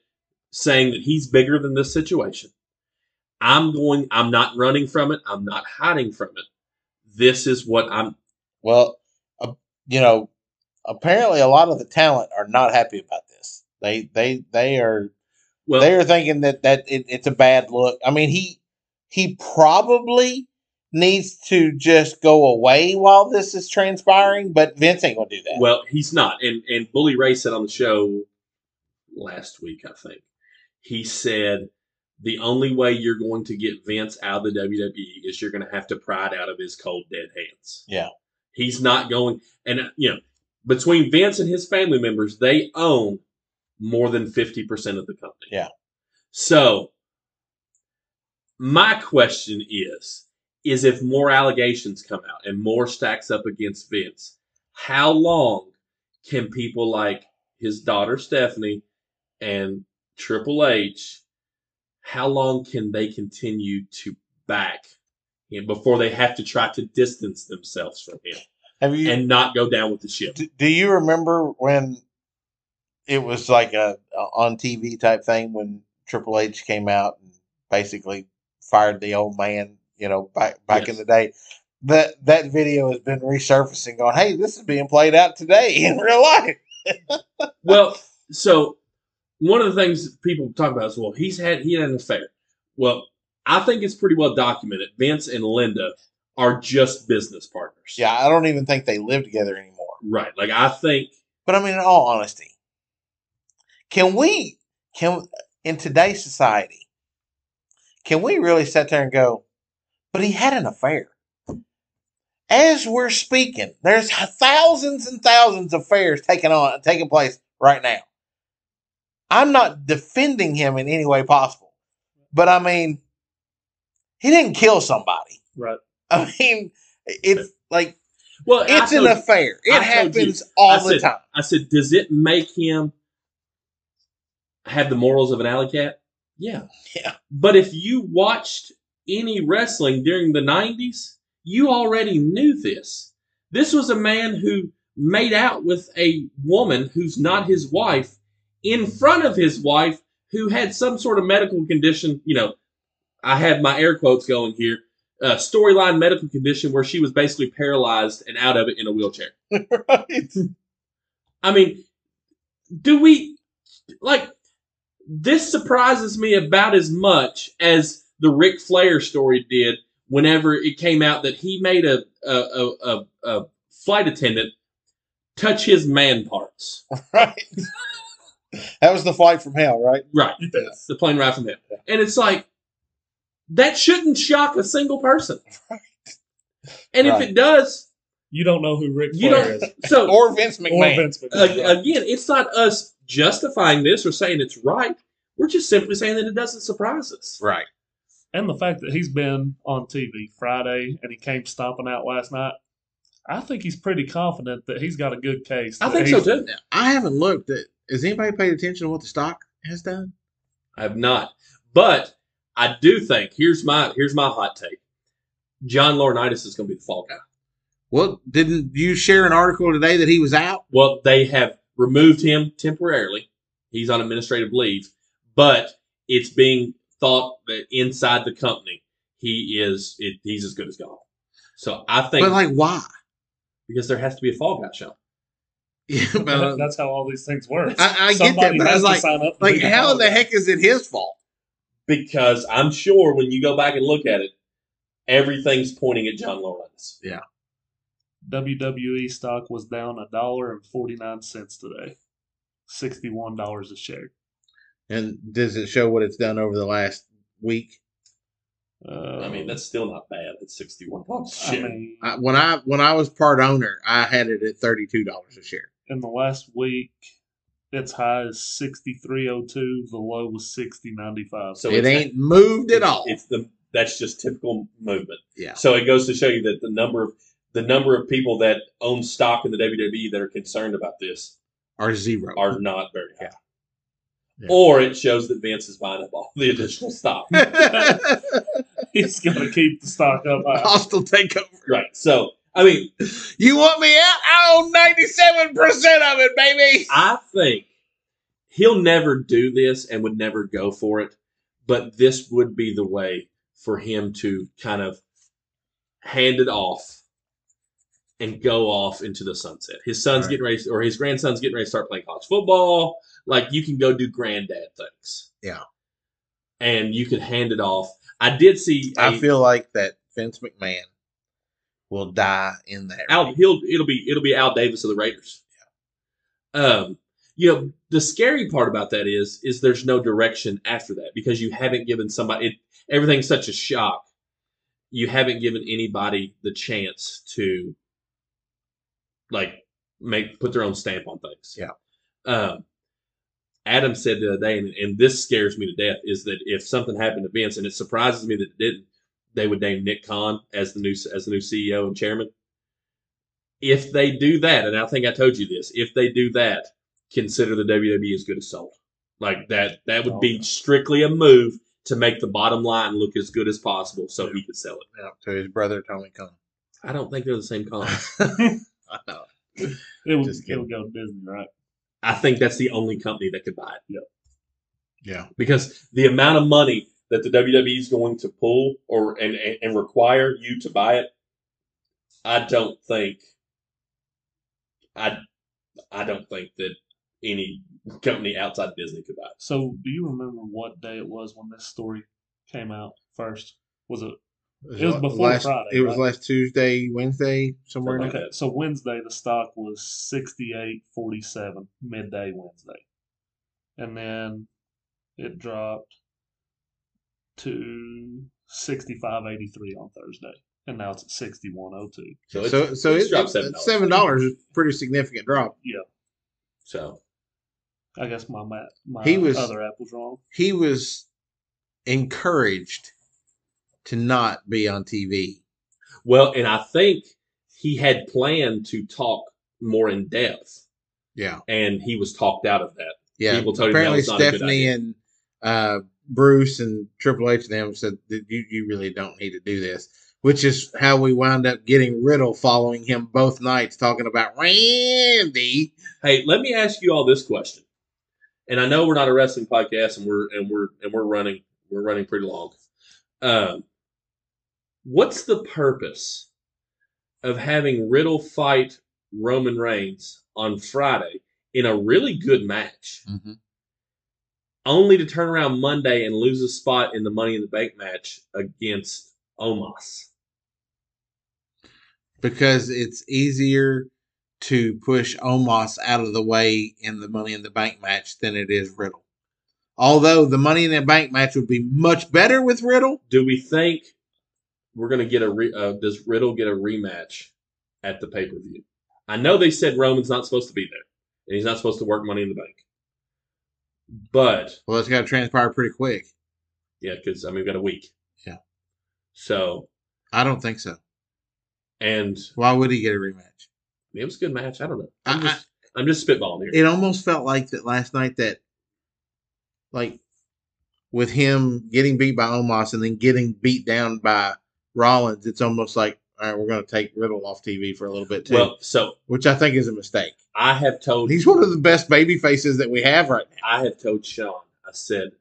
Speaker 4: saying that he's bigger than this situation. I'm going, I'm not running from it. I'm not hiding from it. This is what I'm,
Speaker 3: Well, uh, you know, apparently a lot of the talent are not happy about this. They they they are
Speaker 4: well,
Speaker 3: they are thinking that that it, it's a bad look. I mean, he he probably needs to just go away while this is transpiring, but Vince ain't gonna do that.
Speaker 4: well, he's not. And, and Bully Ray said on the show last week, I think, he said, the only way you're going to get Vince out of the WWE is you're going to have to pry it out of his cold, dead hands.
Speaker 3: Yeah.
Speaker 4: He's not going, and uh, you know, between Vince and his family members, they own more than fifty percent of the company.
Speaker 3: Yeah.
Speaker 4: So, my question is: is if more allegations come out and more stacks up against Vince, how long can people like his daughter Stephanie and Triple H, how long can they continue to back him before they have to try to distance themselves from him?
Speaker 3: Have you
Speaker 4: and not go down with the ship.
Speaker 3: do, do you remember when it was like a, a on TV type thing when Triple H came out and basically fired the old man, you know, back back in
Speaker 4: Yes.
Speaker 3: the day? That that video has been resurfacing going, "Hey, this is being played out today in real life."
Speaker 4: Well, so one of the things that people talk about is well, he's had he had an affair. Well, I think it's pretty well documented. Vince and Linda are just business partners.
Speaker 3: Yeah, I don't even think they live together anymore.
Speaker 4: Right. Like I think
Speaker 3: But I mean, in all honesty, can we can in today's society can we really sit there and go? But he had an affair. As we're speaking, there's thousands and thousands of affairs taking on taking place right now. I'm not defending him in any way possible, but I mean, he didn't kill somebody.
Speaker 5: Right.
Speaker 3: I mean, it's like
Speaker 4: well I
Speaker 3: it's an
Speaker 4: told you-
Speaker 3: affair.
Speaker 4: I
Speaker 3: It
Speaker 4: told you.
Speaker 3: happens all
Speaker 4: I
Speaker 3: the
Speaker 4: said-
Speaker 3: time.
Speaker 4: I said, does it make him have the morals of an alley cat? Yeah.
Speaker 3: Yeah.
Speaker 4: But if you watched any wrestling during the 90s, you already knew this. This was a man who made out with a woman who's not his wife in front of his wife who had some sort of medical condition. You know, I had my air quotes going here. Uh, storyline medical condition where she was basically paralyzed and out of it in a wheelchair. I mean, do we like this surprises me about as much as the Ric Flair story did whenever it came out that he made a a, a, a, a flight attendant touch his man parts.
Speaker 3: right. that was the flight from hell, right?
Speaker 4: Right. The plane ride from him. And it's like that shouldn't shock a single person. And if
Speaker 3: Right.
Speaker 4: it does,
Speaker 5: You don't know who Rick
Speaker 4: you
Speaker 5: Flair
Speaker 4: don't
Speaker 5: is.
Speaker 4: so
Speaker 3: Or Vince
Speaker 5: Or
Speaker 3: McMahon.
Speaker 5: Vince
Speaker 4: Uh,
Speaker 5: McMahon.
Speaker 4: again, it's not us justifying this or saying it's right. We're just simply saying that it doesn't surprise us.
Speaker 3: Right.
Speaker 5: and the fact that he's been on TV Friday and he came stomping out last night, I think he's pretty confident that he's got a good case.
Speaker 4: I
Speaker 5: that
Speaker 4: think so
Speaker 5: he's-
Speaker 4: too.
Speaker 3: I haven't looked at. Has anybody paid attention to what the stock has done?
Speaker 4: I have not, but I do think here's my here's my hot take. John Laurinaitis is going to be the fall guy.
Speaker 3: Well, didn't you share an article today that he was out?
Speaker 4: Well, they have removed him temporarily. He's on administrative leave, but it's being thought that inside the company he is it, he's as good as gone. So I think
Speaker 3: But like, why?
Speaker 4: because there has to be a fall guy, Sean.
Speaker 3: Yeah,
Speaker 5: That-
Speaker 3: but, uh,
Speaker 5: that's how all these things work.
Speaker 3: I- I get that,
Speaker 5: Somebody
Speaker 3: but I
Speaker 5: has
Speaker 3: was
Speaker 5: to
Speaker 3: like-
Speaker 5: sign up to
Speaker 3: like,
Speaker 5: be
Speaker 3: how in the
Speaker 5: follower.
Speaker 3: heck is it his fault?
Speaker 4: because I'm sure when you go back and look at it, everything's pointing at John Lawrence.
Speaker 5: E WWE stock was down a dollar and forty nine cents today. sixty-one dollars a share.
Speaker 3: And does it show what it's done over the last week?
Speaker 5: Uh,
Speaker 4: I mean, that's still not bad. It's sixty-one bucks.
Speaker 5: I
Speaker 4: Shit.
Speaker 5: mean,
Speaker 3: I, when I when I was part owner, I had it at thirty two dollars a share.
Speaker 5: in the last week, its high is sixty-three oh two. The low was sixty ninety-five.
Speaker 4: So
Speaker 3: it
Speaker 4: it's-
Speaker 3: ain't moved at
Speaker 4: it's-
Speaker 3: all.
Speaker 4: It's the that's just typical movement.
Speaker 3: Yeah.
Speaker 4: So it goes to show you that the number of the number of people that own stock in the WWE that are concerned about this
Speaker 3: Or zero.
Speaker 4: are not very high.
Speaker 3: Yeah.
Speaker 4: Or it shows that Vince is buying up all the additional stock.
Speaker 5: He's going to keep the stock up high.
Speaker 3: Hostile takeover.
Speaker 4: right. So I mean,
Speaker 3: You want me out? I own ninety seven percent of it, baby.
Speaker 4: I think he'll never do this and would never go for it, but this would be the way for him to kind of hand it off and go off into the sunset. His son's
Speaker 3: Right.
Speaker 4: getting ready, or his grandson's getting ready to start playing college football. Like you can go do granddad things.
Speaker 3: Yeah.
Speaker 4: And you could hand it off. I did see.
Speaker 3: I
Speaker 4: a-
Speaker 3: feel like that Vince McMahon will die in that.
Speaker 4: Al, he'll it'll be it'll be Al Davis of the Raiders. Um, you know the scary part about that is is there's no direction after that because you haven't given somebody it, everything's such a shock. You haven't given anybody the chance to like make put their own stamp on things.
Speaker 3: Yeah.
Speaker 4: Um, Adam said the other day, and, and this scares me to death, is that if something happened to Vince, and it surprises me that it didn't, they would name Nick Khan as the new as the new CEO and chairman if they do that, and I think I told you this, if they do that, consider the WWE as good as sold. Like that, that would be strictly a move to make the bottom line look as good as possible, so he could sell it.
Speaker 3: Out to his brother Tony Khan.
Speaker 4: I don't think they're the same companies.
Speaker 3: I know.
Speaker 5: It would,
Speaker 3: Just
Speaker 5: it would go to Disney, right?
Speaker 4: I think that's the only company that could buy it
Speaker 3: Yeah.
Speaker 4: because the amount of money that the WWE is going to pull or and, and, and require you to buy it, I don't think. I, I don't think that any company outside Disney could buy it.
Speaker 5: So, do you remember what day it was when this story came out first? Was it It was before
Speaker 3: last,
Speaker 5: Friday,
Speaker 3: It was
Speaker 5: right?
Speaker 3: last Tuesday, Wednesday, somewhere. in
Speaker 4: Something
Speaker 3: there.
Speaker 5: okay? So Wednesday, the stock was sixty-eight forty-seven midday Wednesday, and then it dropped to sixty-five eighty-three on Thursday, and now it's at sixty-one oh two.
Speaker 4: So
Speaker 3: So, so it,
Speaker 4: dropped
Speaker 3: it-
Speaker 4: $7.
Speaker 3: seven dollars is a pretty significant drop.
Speaker 4: So
Speaker 5: I guess my ma my
Speaker 3: He was-
Speaker 5: other apple's wrong.
Speaker 3: He was encouraged to not be on TV.
Speaker 4: well, and I think he had planned to talk more in depth,
Speaker 3: Yeah,
Speaker 4: and he was talked out of that.
Speaker 3: yeah.
Speaker 4: People told him that
Speaker 3: Apparently,
Speaker 4: was not a good
Speaker 3: Stephanie
Speaker 4: idea.
Speaker 3: and uh, Bruce and Triple H and them said that you you really don't need to do this, which is how we wound up getting Riddle following him both nights talking about Randy.
Speaker 4: Hey, let me ask you all this question, and I know we're not a wrestling podcast, and we're and we're and we're running we're running pretty long. Um, what's the purpose of having Riddle fight Roman Reigns on Friday in a really good match? only to turn around Monday and lose a spot in the Money in the Bank match against Omos.
Speaker 3: because it's easier to push Omos out of the way in the Money in the Bank match than it is Riddle. Although the Money in the Bank match would be much better with Riddle.
Speaker 4: Do we think we're going to get a re- uh, does Riddle get a rematch at the pay per view? I know they said Roman's not supposed to be there and he's not supposed to work Money in the Bank, but
Speaker 3: Well, it's got to transpire pretty quick.
Speaker 4: yeah, because I mean we've got a week.
Speaker 3: Yeah.
Speaker 4: So
Speaker 3: I don't think so.
Speaker 4: and
Speaker 3: Why would he get a rematch?
Speaker 4: it was a good match. I don't know. I'm
Speaker 3: I-
Speaker 4: just I'm just spitballing here.
Speaker 3: It almost felt like that last night that, like, with him getting beat by Omos and then getting beat down by Rollins, it's almost like, all right, we're going to take Riddle off TV for a little bit too,
Speaker 4: well, so
Speaker 3: which I think is a mistake.
Speaker 4: I have told
Speaker 3: He's one of the best baby faces that we have right now.
Speaker 4: I have told Sean, I said,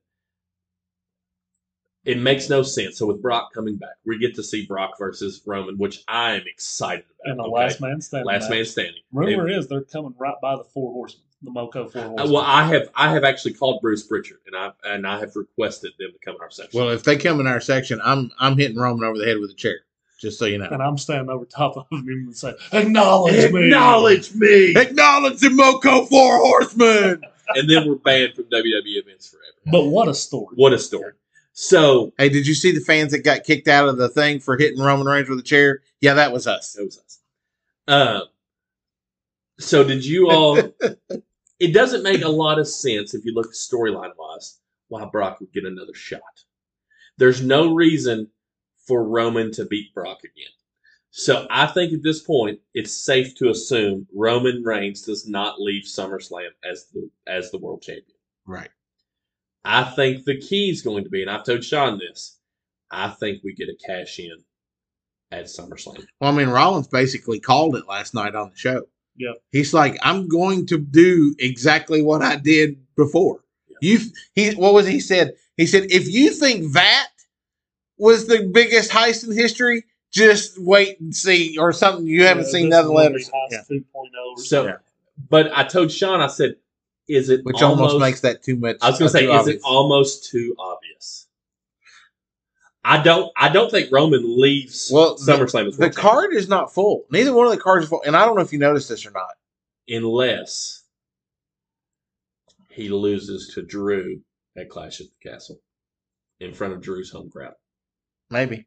Speaker 4: it makes no sense. So with Brock coming back, we get to see Brock versus Roman, which I am excited about.
Speaker 5: And the
Speaker 4: okay?
Speaker 5: last man standing.
Speaker 4: Last
Speaker 5: match.
Speaker 4: man standing.
Speaker 5: Rumor is they're coming right by the four horsemen, the Moco four
Speaker 4: Uh,
Speaker 5: horsemen.
Speaker 4: well, I have I have actually called Bruce Pritchard and I and I have requested them to come in our section.
Speaker 3: Well, if they come in our section, I'm I'm hitting Roman over the head with a chair. Just so you know.
Speaker 5: and I'm standing over top of him and saying, "Acknowledge me,
Speaker 4: acknowledge me.
Speaker 3: Acknowledge the Moco Four Horsemen.
Speaker 4: and then we're banned from WWE events forever.
Speaker 5: But what a story!
Speaker 4: What a story. So
Speaker 3: Hey, did you see the fans that got kicked out of the thing for hitting Roman Reigns with a chair? Yeah, that was us.
Speaker 4: it was us. Um, so did you all? it doesn't make a lot of sense if you look storyline wise why Brock would get another shot. There's no reason for Roman to beat Brock again. So I think at this point it's safe to assume Roman Reigns does not leave SummerSlam as the as the world champion.
Speaker 3: Right.
Speaker 4: I think the key is going to be, and I've told Sean this, I think we get a cash in at SummerSlam.
Speaker 3: Well, I mean, Rollins basically called it last night on the show.
Speaker 5: Yeah.
Speaker 3: He's like, I'm going to do exactly what I did before. You, he, what was he said? He said, if you think that was the biggest heist in history, just wait and see, or something. You haven't
Speaker 5: Yeah,
Speaker 3: seen
Speaker 5: this
Speaker 3: another
Speaker 5: will
Speaker 3: letter.
Speaker 5: be House
Speaker 3: Yeah.
Speaker 5: 2.0 or
Speaker 4: So,
Speaker 5: something.
Speaker 4: but I told Sean, I said, is it
Speaker 3: Which almost, makes that too much.
Speaker 4: I was going
Speaker 3: uh,
Speaker 4: to say,
Speaker 3: too
Speaker 4: is it
Speaker 3: obvious.
Speaker 4: almost too obvious? I don't. I don't think Roman leaves
Speaker 3: Well, the-
Speaker 4: SummerSlam as
Speaker 3: the
Speaker 4: world champion
Speaker 3: card is not full. Neither one of the cards is full. And I don't know if you noticed this or not.
Speaker 4: unless he loses to Drew at Clash at the Castle in front of Drew's home crowd.
Speaker 3: Maybe.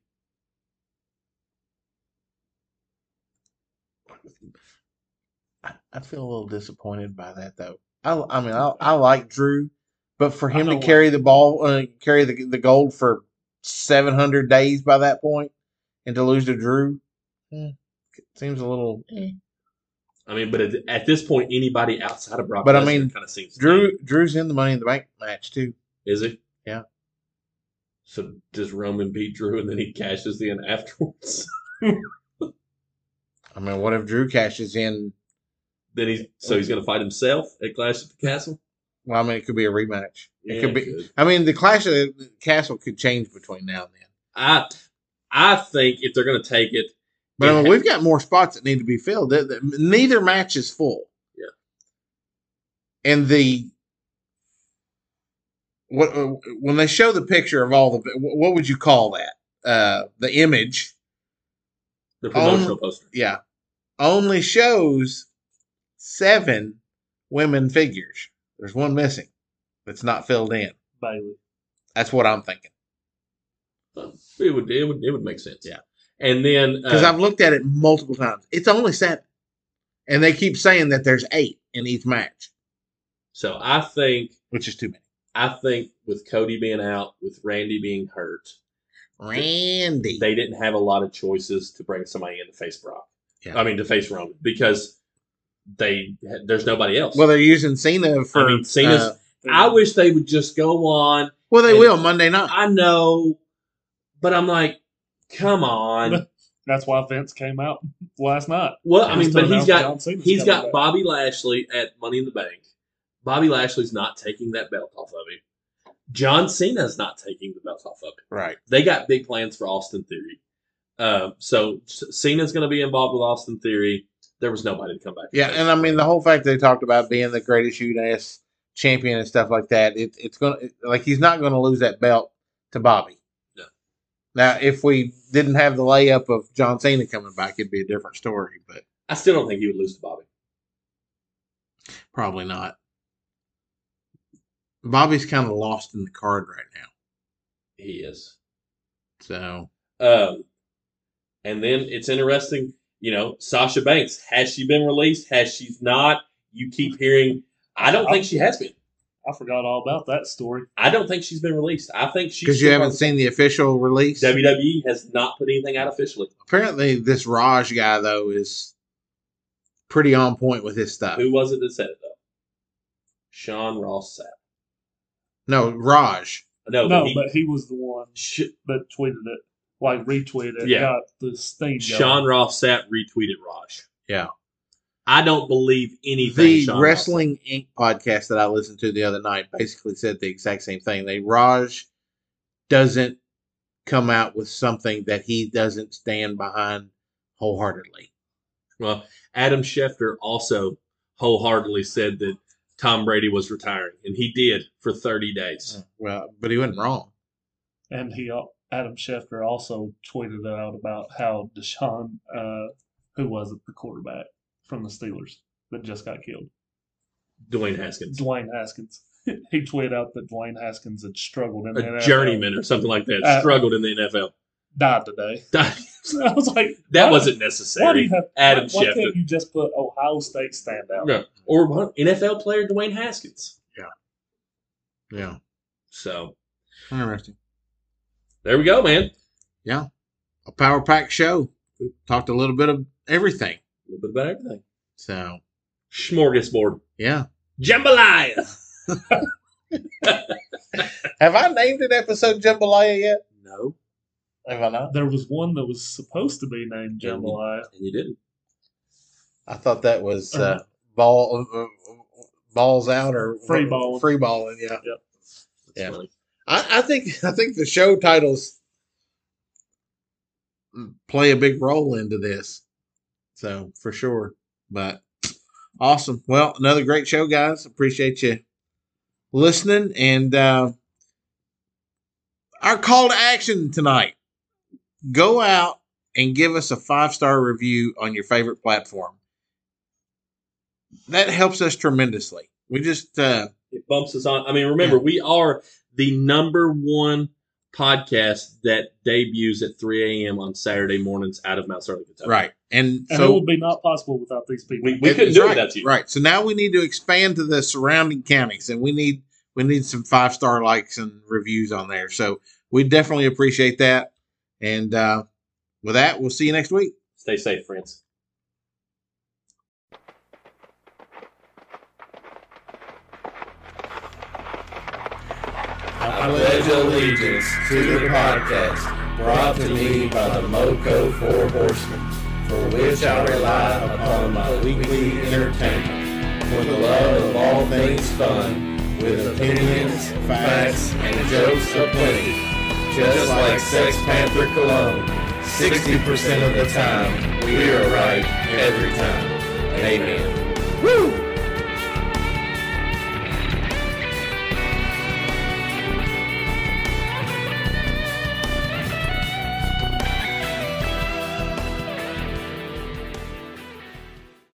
Speaker 3: I, I feel a little disappointed by that, though. I, I mean, I, I like Drew, but for
Speaker 5: I
Speaker 3: him to
Speaker 5: don't like-
Speaker 3: carry the ball, uh, carry the the gold for seven hundred days by that point, and to lose to Drew, eh, seems a little.
Speaker 4: I mean, but at, at this point, anybody outside of Brock
Speaker 3: But I
Speaker 4: Lesnar
Speaker 3: mean,
Speaker 4: kind of seems
Speaker 3: Drew Drew's in the Money in the Bank match too.
Speaker 4: is he?
Speaker 3: Yeah.
Speaker 4: So does Roman beat Drew and then he cashes in afterwards?
Speaker 3: I mean, what if Drew cashes in?
Speaker 4: then he's so he's going to fight himself at Clash at the Castle.
Speaker 3: Well, I mean, it could be a rematch. It
Speaker 4: Yeah,
Speaker 3: could be.
Speaker 4: good.
Speaker 3: I mean, the Clash of the Castle could change between now and then.
Speaker 4: I I think if they're going to take it,
Speaker 3: But I mean,
Speaker 4: Yeah.
Speaker 3: we've got more spots that need to be filled. Th- th- Neither match is full.
Speaker 4: Yeah.
Speaker 3: And the what uh, when they show the picture of all the what would you call that? Uh, the image, Oh.
Speaker 4: the promotional poster.
Speaker 3: yeah, only shows seven women figures. There's one missing that's not filled in.
Speaker 5: Bailey.
Speaker 3: That's what I'm thinking
Speaker 4: um, It would it would it would make sense.
Speaker 3: Yeah.
Speaker 4: And then
Speaker 3: because
Speaker 4: uh,
Speaker 3: I've looked at it multiple times. It's only seven, and they keep saying that there's eight in each match,
Speaker 4: so I think
Speaker 3: which is too many.
Speaker 4: I think with Cody being out, with Randy being hurt,
Speaker 3: Randy.
Speaker 4: they didn't have a lot of choices to bring somebody in to face Brock.
Speaker 3: Yeah.
Speaker 4: I mean to face Roman because they there's nobody else.
Speaker 3: well, they're using Cena for.
Speaker 4: I mean Cena's.
Speaker 3: uh,
Speaker 4: I wish they would just go on.
Speaker 3: well, they
Speaker 4: and-
Speaker 3: will Monday night.
Speaker 4: I know, but I'm like, come on.
Speaker 5: That's why Vince came out last night.
Speaker 4: Well, I mean,
Speaker 5: Just
Speaker 4: but
Speaker 5: announced
Speaker 4: he's got
Speaker 5: John Cena's
Speaker 4: he's
Speaker 5: coming
Speaker 4: got
Speaker 5: back.
Speaker 4: Bobby Lashley at Money in the Bank. Bobby Lashley's not taking that belt off of him. John Cena's not taking the belt off of him.
Speaker 3: Right.
Speaker 4: They got big plans for Austin Theory. Um, so C- Cena's going to be involved with Austin Theory. There was nobody to come back.
Speaker 3: Yeah, and uh, I mean the whole fact they talked about being the greatest shoot ass champion and stuff like that. It, it's gonna like he's not gonna lose that belt to Bobby.
Speaker 4: No.
Speaker 3: Now, if we didn't have the layup of John Cena coming back, it'd be a different story, but
Speaker 4: I still don't think he would lose to Bobby.
Speaker 3: probably not. Bobby's kind of lost in the card right now,
Speaker 4: He is.
Speaker 3: so
Speaker 4: Um, and then it's interesting, you know, Sasha Banks has she been released? Has she not? You keep hearing. I don't think she has been.
Speaker 5: I forgot all about that story.
Speaker 4: I don't think she's been released. I think she's
Speaker 3: because you haven't seen the official release.
Speaker 4: WWE E has not put anything out officially.
Speaker 3: apparently this Raj guy though is pretty on point with his stuff.
Speaker 4: Who was it that said it though? Sean Ross Sapp.
Speaker 3: No, Raj.
Speaker 4: No,
Speaker 5: no,
Speaker 4: but he,
Speaker 5: but he was the one
Speaker 4: Sh-
Speaker 5: that tweeted it, like retweeted it,
Speaker 4: Yeah.
Speaker 5: got the steam going.
Speaker 4: Sean Ross Sapp retweeted Raj.
Speaker 3: Yeah.
Speaker 4: I don't believe anything.
Speaker 3: The
Speaker 4: Sean Ross
Speaker 3: Wrestling Inc. podcast that I listened to the other night basically said the exact same thing. They Raj doesn't come out with something that he doesn't stand behind wholeheartedly.
Speaker 4: Sapp- Adam Schefter also wholeheartedly said that Tom Brady was retiring, and he did for 30 days.
Speaker 3: Well, but he wasn't wrong.
Speaker 5: And he, al- Adam Schefter, also tweeted out about how Deshaun, uh, who was it, the quarterback from the Steelers that just got killed.
Speaker 4: Dwayne Haskins,
Speaker 5: Dwayne Haskins. he tweeted out that Dwayne Haskins had struggled in the
Speaker 4: a
Speaker 5: NFL.
Speaker 4: journeyman or something like that,
Speaker 5: Uh,
Speaker 4: struggled in the NFL.
Speaker 5: Died today. So I was like,
Speaker 4: that
Speaker 5: why-
Speaker 4: wasn't
Speaker 5: Why do you
Speaker 4: necessary.
Speaker 5: have
Speaker 4: Adam
Speaker 5: why, why
Speaker 4: Schefter.
Speaker 5: can't you just put Ohio State standout?
Speaker 4: No. Or what? NFL player Dwayne Haskins.
Speaker 3: Yeah.
Speaker 4: So
Speaker 3: Interesting.
Speaker 4: there we go, man.
Speaker 3: A power pack show. We talked a little bit of everything.
Speaker 4: A little bit about everything.
Speaker 3: So
Speaker 4: Smorgasbord.
Speaker 3: yeah.
Speaker 4: Jambalaya.
Speaker 3: Have I named an episode Jambalaya yet?
Speaker 4: No,
Speaker 3: Have I not?
Speaker 5: There was one that was supposed to be named Jambalaya.
Speaker 4: and you didn't.
Speaker 3: I thought that was
Speaker 5: Uh-huh.
Speaker 3: uh, ball uh, uh, balls out or
Speaker 5: Free balling.
Speaker 3: Free balling. Yeah.
Speaker 4: That's
Speaker 3: Yeah.
Speaker 4: funny.
Speaker 3: I, I think I think the show titles play a big role into this. So for sure. But awesome. Well, another great show, guys. Appreciate you listening. And uh, our call to action tonight. Go out and give us a five star review on your favorite platform. That helps us tremendously. We just uh
Speaker 4: It bumps us on. I mean, remember, we are the number one podcast that debuts at 3 a.m. on Saturday mornings out of Mount Sterling, Kentucky.
Speaker 3: right. And
Speaker 5: And
Speaker 3: so
Speaker 5: it would be not possible without these people.
Speaker 4: We, we
Speaker 3: That
Speaker 4: couldn't
Speaker 3: is
Speaker 4: do it
Speaker 3: right,
Speaker 4: without you.
Speaker 3: Right. So now we need to expand to the surrounding counties, and we need we need some five star likes and reviews on there. So we definitely appreciate that. And uh, with that, we'll see you next week.
Speaker 4: Stay safe, friends.
Speaker 6: I pledge allegiance to the podcast brought to me by the MoCo Four Horsemen, for which I rely upon my weekly entertainment. For the love of all things fun, with opinions, facts, and jokes aplenty. Just like Sex Panther Cologne, 60% of the time, we are right every time. Amen. Woo!